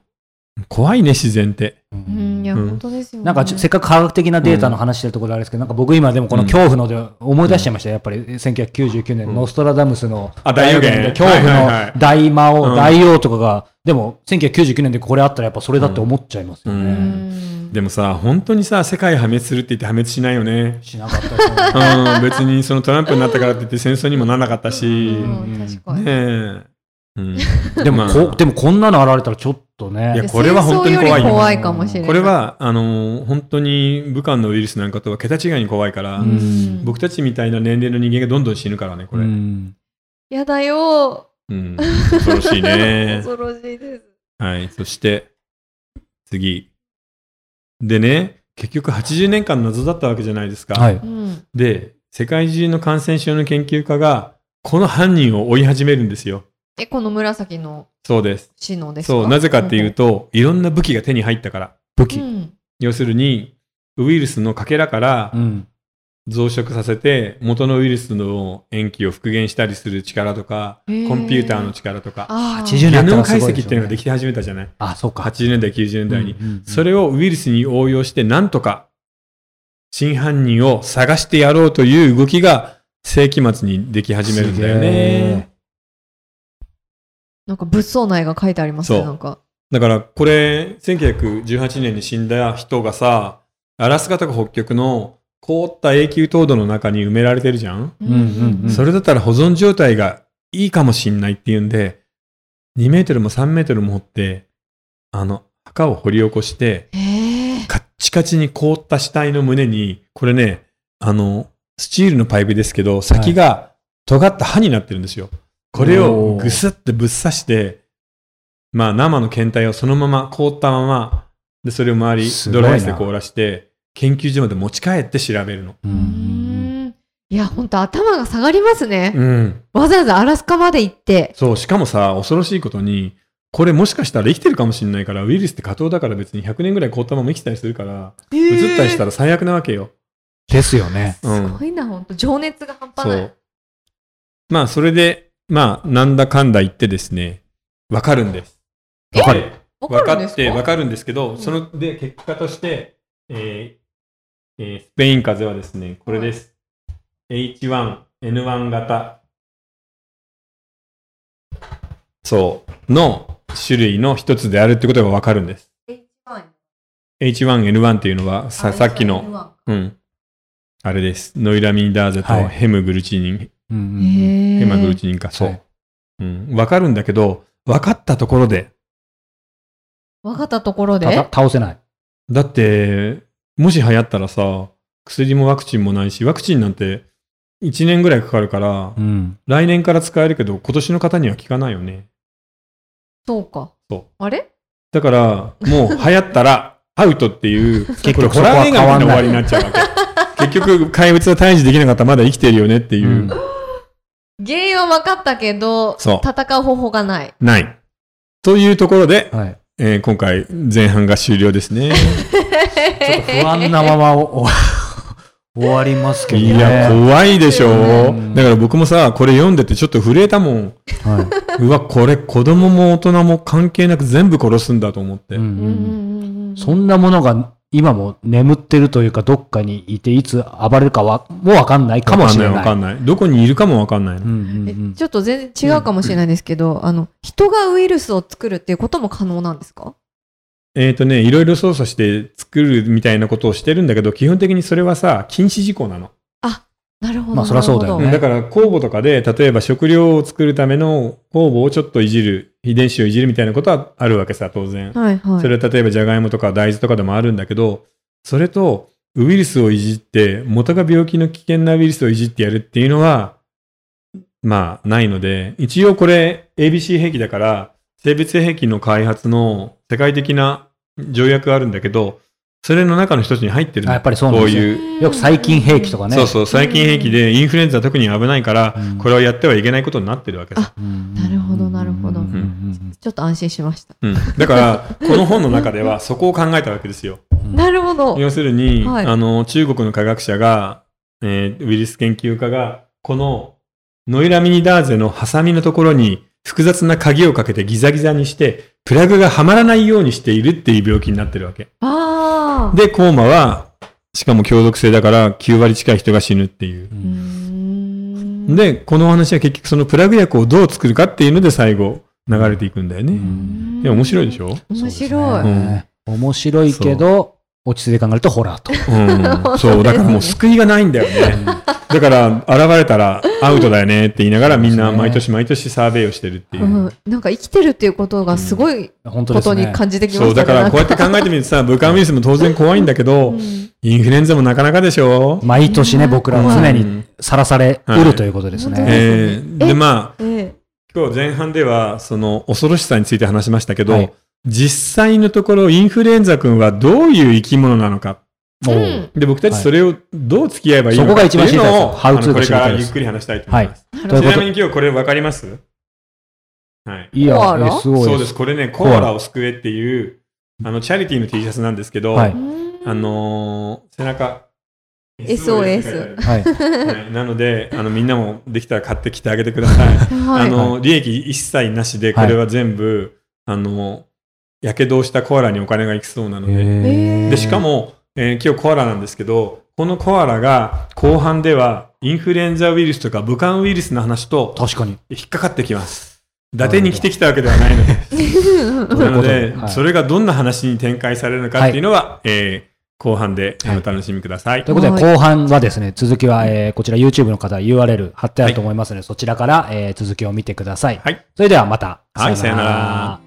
Speaker 1: 怖いね、自然って。
Speaker 2: う
Speaker 3: うん
Speaker 2: んいや、
Speaker 1: うん
Speaker 2: 本当ですよね
Speaker 3: なんかちょせっかく科学的なデータの話してるところであれですけど、なんか僕今でもこの恐怖ので思い出しちゃいましたよ、やっぱり1999年、
Speaker 1: うん
Speaker 3: ノストラダムスの
Speaker 1: あ大予言
Speaker 3: で恐怖
Speaker 1: はいはいは
Speaker 3: の
Speaker 1: い
Speaker 3: 大魔王、
Speaker 1: うん
Speaker 3: 大王とかが、でも1999年でこれあったらやっぱそれだって思っちゃいますよ
Speaker 1: う
Speaker 2: う
Speaker 3: ね。
Speaker 2: ん
Speaker 1: でもさ、本当にさ、世界破滅するって言って破滅しないよね。
Speaker 3: しなかったですよね
Speaker 1: うん、別にそのトランプになったからって言って戦争にもならなかったし。
Speaker 2: うん確か
Speaker 1: ね
Speaker 2: に、
Speaker 1: え。 うん、
Speaker 3: でも
Speaker 1: ま
Speaker 3: こ
Speaker 1: あ、
Speaker 3: でもこんなの現れたらちょっと
Speaker 1: い
Speaker 3: ね
Speaker 1: や。これは本当に怖いよ
Speaker 2: 戦争より怖いかもしれない
Speaker 1: これは、あのー本当に武漢のウイルスなんかとは桁違いに怖いから、
Speaker 3: うん
Speaker 1: 僕たちみたいな年齢の人間がどんどん死ぬからね、これ。
Speaker 3: う
Speaker 1: うん。
Speaker 3: ん
Speaker 2: やだよ
Speaker 1: 恐ろしい ね。
Speaker 2: 恐ろしいです
Speaker 1: はい。そして、次。でね、結局80年間謎だったわけじゃないですか。
Speaker 3: はい。
Speaker 2: うん
Speaker 1: で、世界中の感染症の研究家が、この犯人を追い始めるんですよ。
Speaker 2: えこの紫の
Speaker 1: そうです。
Speaker 2: シノですか
Speaker 1: そう、なぜかっていうと、いろんな武器が手に入ったから。
Speaker 3: 武
Speaker 2: う
Speaker 3: 器。
Speaker 2: ん
Speaker 1: 要するに、ウイルスのかけらから
Speaker 3: うん。
Speaker 1: 増殖させて、元のウイルスの塩基を復元したりする力とか、コ
Speaker 2: へー
Speaker 1: ンピューターの力とか、
Speaker 2: あー
Speaker 3: 80
Speaker 1: ゲ
Speaker 3: 年
Speaker 1: ノ
Speaker 3: 代
Speaker 1: ム解析っていうのができて始めたじゃない。
Speaker 3: あ、そうか。
Speaker 1: 80年代、90年代に。
Speaker 3: うんうんうん
Speaker 1: それをウイルスに応用して、なんとか、真犯人を探してやろうという動きが、世紀末にでき始めるんだよ
Speaker 3: すげ
Speaker 1: ね
Speaker 3: え。
Speaker 2: なんか物騒な絵が書いてありますね
Speaker 1: そう
Speaker 2: なんか
Speaker 1: だから、これ、1918年に死んだ人がさ、アラスカとか北極の凍った永久凍土の中に埋められてるじゃん、
Speaker 2: うん
Speaker 3: うんうん
Speaker 1: それだったら保存状態がいいかもしんないっていうんで、2メートルも3メートルも掘って、あの、墓を掘り起こして、
Speaker 2: へえ
Speaker 1: カッチカチに凍った死体の胸に、これね、あの、スチールのパイプですけど、先が尖った刃になってるんですよ。これを
Speaker 3: おー
Speaker 1: ぐすってぶっ刺して、まあ生の検体をそのまま凍ったまま、で、それを周り
Speaker 3: すご
Speaker 1: ド
Speaker 3: いな
Speaker 1: ライアイスで凍らして、研究所まで持ち帰って調べるの。
Speaker 2: う
Speaker 3: う
Speaker 2: んんいや本当頭が下がりますね
Speaker 1: うん。
Speaker 2: わざわざアラスカまで行って
Speaker 1: そう、しかもさ、恐ろしいことに、これもしかしたら生きてるかもしれないから、ウイルスって過当だから別に100年ぐらい凍ったまま生きてたりするから、移ったりしたら最悪なわけよ。
Speaker 3: ですよね。
Speaker 1: う
Speaker 2: す
Speaker 1: ん。
Speaker 2: ごいな本当情熱が半端
Speaker 1: そ。
Speaker 2: ないう
Speaker 1: まあ、それで、まあ、なんだかんだ言ってですね、わかるんです。
Speaker 3: わかる
Speaker 1: で
Speaker 2: わ
Speaker 1: わ
Speaker 2: か
Speaker 1: か
Speaker 2: るんで
Speaker 1: っ
Speaker 2: す
Speaker 1: て、わ
Speaker 2: か
Speaker 1: かるんですけど、その、で、結果として、えーえースペイン風邪はですね、これです。H1、N1 型。そう。の種類の一つであるってことがわかるんです。H1、N1 っていうのは、ささっきの、うん。あれです。ノイラミンダーゼと
Speaker 3: はい
Speaker 1: ヘムグルチニン、
Speaker 3: うんうんうん
Speaker 2: ヘ
Speaker 1: ヘマグルチニンか。そう。
Speaker 3: はい
Speaker 1: うん。わかるんだけど、分かったところで、
Speaker 2: 分かったところで
Speaker 3: たた倒せない。
Speaker 1: だって、もし流行ったらさ、薬もワクチンもないし、ワクチンなんて1年ぐらいかかるから、
Speaker 3: うん。
Speaker 1: 来年から使えるけど、今年の方には効かないよね。
Speaker 2: そうか
Speaker 1: そう。
Speaker 2: あれ
Speaker 1: だから、もう流行った ら、アウトっていう、結
Speaker 3: 局
Speaker 1: ホラー映画み
Speaker 3: そこ
Speaker 1: た
Speaker 3: は変わんない
Speaker 1: いな終わりになっちゃうわけ。結局、怪物は退治できなかったらまだ生きてるよねっていう、
Speaker 3: うん
Speaker 2: 原因は分かったけど
Speaker 1: そう
Speaker 2: 戦う方法がない
Speaker 1: ない。というところで、
Speaker 3: はい。
Speaker 1: えー今回前半が終了ですね。
Speaker 3: ちょっと不安なままお終わりますけど
Speaker 1: い
Speaker 3: ね。
Speaker 1: や、怖いでしょ
Speaker 3: う。ん
Speaker 1: だから僕もさ、これ読んでてちょっと震えたもん。
Speaker 3: は
Speaker 1: うわ、これ子供も大人も関係なく全部殺すんだと思っ
Speaker 3: い
Speaker 1: て。
Speaker 3: うん
Speaker 2: うん
Speaker 3: うん
Speaker 2: うんうん
Speaker 3: そんなものが今も眠ってるというか、どっかにいて、いつ暴れるかはもうわかんないかもしれない。
Speaker 1: わかんない、わかんない。どこにいるかもわかんないの。
Speaker 3: うんうんう
Speaker 2: え
Speaker 3: ん
Speaker 2: ちょっと全然違うかもしれないですけど、あの人がウイルスを作るっていうことも可能なんですか
Speaker 1: えっ、とね、いろいろ操作して作るみたいなことをしてるんだけど、基本的にそれはさ、禁止事項なの。
Speaker 2: なるほど。
Speaker 3: まあそりゃそうだよね
Speaker 1: うんだから酵母とかで、例えば食料を作るための酵母をちょっといじる、遺伝子をいじるみたいなことはあるわけさ、当然。
Speaker 2: なるほどはいはい。
Speaker 1: それは例えばじゃがいもとか大豆とかでもあるんだけど、それとウイルスをいじって、元が病気の危険なウイルスをいじってやるっていうのは、まあ、ないので、一応これ ABC 兵器だから、生物兵器の開発の世界的な条約があるんだけど、それの中の一つに入ってる
Speaker 3: あ
Speaker 1: の
Speaker 3: やっぱりそうなん
Speaker 1: こ
Speaker 3: で
Speaker 1: う
Speaker 3: すよ
Speaker 1: いう
Speaker 3: よく細菌兵器とかね。
Speaker 1: そうそう、細菌兵器でインフルエンザは特に危ないから、
Speaker 3: うん
Speaker 1: これをやってはいけないことになってるわけです。
Speaker 3: うん
Speaker 2: なるほどなるほど
Speaker 3: うんうんうん
Speaker 2: ちょっと安心しました。
Speaker 1: うん、だから、この本の中ではそこを考えたわけですよ。
Speaker 3: うん
Speaker 2: なるほど。
Speaker 1: 要するに、
Speaker 2: はい
Speaker 1: あの、中国の科学者が、えーウイルス研究家が、このノイラミニダーゼのハサミのところに複雑な鍵をかけてギザギザにして、プラグがはまらないようにしているっていう病気になってるわけ。
Speaker 2: ああ。
Speaker 1: で、コーマは、しかも強毒性だから9割近い人が死ぬっていう。
Speaker 3: う
Speaker 2: うー
Speaker 3: ん
Speaker 2: ん。
Speaker 1: で、このお話は結局そのプラグ薬をどう作るかっていうので最後流れていくんだよ
Speaker 3: う
Speaker 1: ね。
Speaker 3: ん
Speaker 1: で面白いで しょ、
Speaker 2: 面白い。
Speaker 1: い
Speaker 3: 面白いけど、落ち着いて考えるとホラー と。
Speaker 1: うん、そ
Speaker 2: そ
Speaker 1: うう、
Speaker 2: で
Speaker 1: だ
Speaker 2: すね
Speaker 1: からもう救いがないんだよね。だから、現れたらアウトだよねって言いながらみんな毎年毎年サーベイをしてるっていうう。
Speaker 2: ん、なんか生きてるっていうことがすごい
Speaker 3: 本当
Speaker 2: こ
Speaker 3: です
Speaker 2: とに
Speaker 3: ね。
Speaker 2: 感じてきま
Speaker 1: そ
Speaker 2: し
Speaker 1: う、
Speaker 2: た
Speaker 1: だ
Speaker 2: ね
Speaker 1: からこうやって考えてみるとさ、武漢ウイルスも当然怖いんだけど、インフルエンザもなかなかでしょ
Speaker 3: 毎年ね、僕らは常
Speaker 1: う
Speaker 3: に
Speaker 1: ん
Speaker 3: さらされう
Speaker 1: はい
Speaker 3: るということです
Speaker 2: 本当
Speaker 3: ね。
Speaker 1: えー
Speaker 2: え
Speaker 1: で、まあ、
Speaker 2: うんえ
Speaker 1: 今日前半ではその恐ろしさについて話しましたけど、
Speaker 3: はい
Speaker 1: 実際のところインフルエンザ君はどういう生き物なのか。
Speaker 2: え
Speaker 3: おう
Speaker 2: うん
Speaker 1: で、僕たちそれをどう付き合えばいい
Speaker 3: そ
Speaker 1: の
Speaker 3: こ
Speaker 1: か
Speaker 3: が
Speaker 1: って
Speaker 3: 一番
Speaker 1: いう
Speaker 3: 知りたいです
Speaker 1: のを、
Speaker 3: How
Speaker 1: あの
Speaker 3: to
Speaker 1: こ
Speaker 3: が
Speaker 1: れ
Speaker 3: 知り
Speaker 1: から
Speaker 3: たい
Speaker 1: ゆ
Speaker 3: で
Speaker 1: っ
Speaker 3: す
Speaker 1: くり話したいと思います。
Speaker 2: なるほ
Speaker 3: という
Speaker 2: ど
Speaker 3: こ
Speaker 1: ちなみに今日これ分かりますはい。
Speaker 3: い
Speaker 2: コアラ
Speaker 3: や、すごい。
Speaker 1: そうです。これね、コアラを救えっていう、あの、チャリティーの T シャツなんですけど、
Speaker 3: はいう
Speaker 2: ーん
Speaker 1: あのー背中、
Speaker 2: SOS
Speaker 1: って書いてある
Speaker 3: はい。
Speaker 1: はいなので、あの、みんなもできたら買ってきてあげてください。
Speaker 2: はい
Speaker 1: あ の、利益一切なしで、これは全部、あの、やけどをしたコアラにお金がいきそうなので。
Speaker 2: へー
Speaker 1: で、しか、も、えー今日コアラなんですけど、このコアラが後半では、インフルエンザウイルスとか武漢ウイルスの話と
Speaker 3: 確かに。
Speaker 1: 引っかかってきます。伊達に来てきたわけではないので。
Speaker 3: どうい
Speaker 1: な
Speaker 3: うこ
Speaker 1: の
Speaker 3: と
Speaker 1: で、
Speaker 3: はい
Speaker 1: それがどんな話に展開されるのかっていうのは、えー後半であの
Speaker 3: はい
Speaker 1: お楽しみください。
Speaker 3: ということで、
Speaker 2: はい
Speaker 3: 後半はですね、続きは、えーこちら YouTube の方 URL 貼ってあると思いますので、そちらから、えー続きを見てください。
Speaker 1: はい
Speaker 3: それではまた。
Speaker 1: はいさよなら。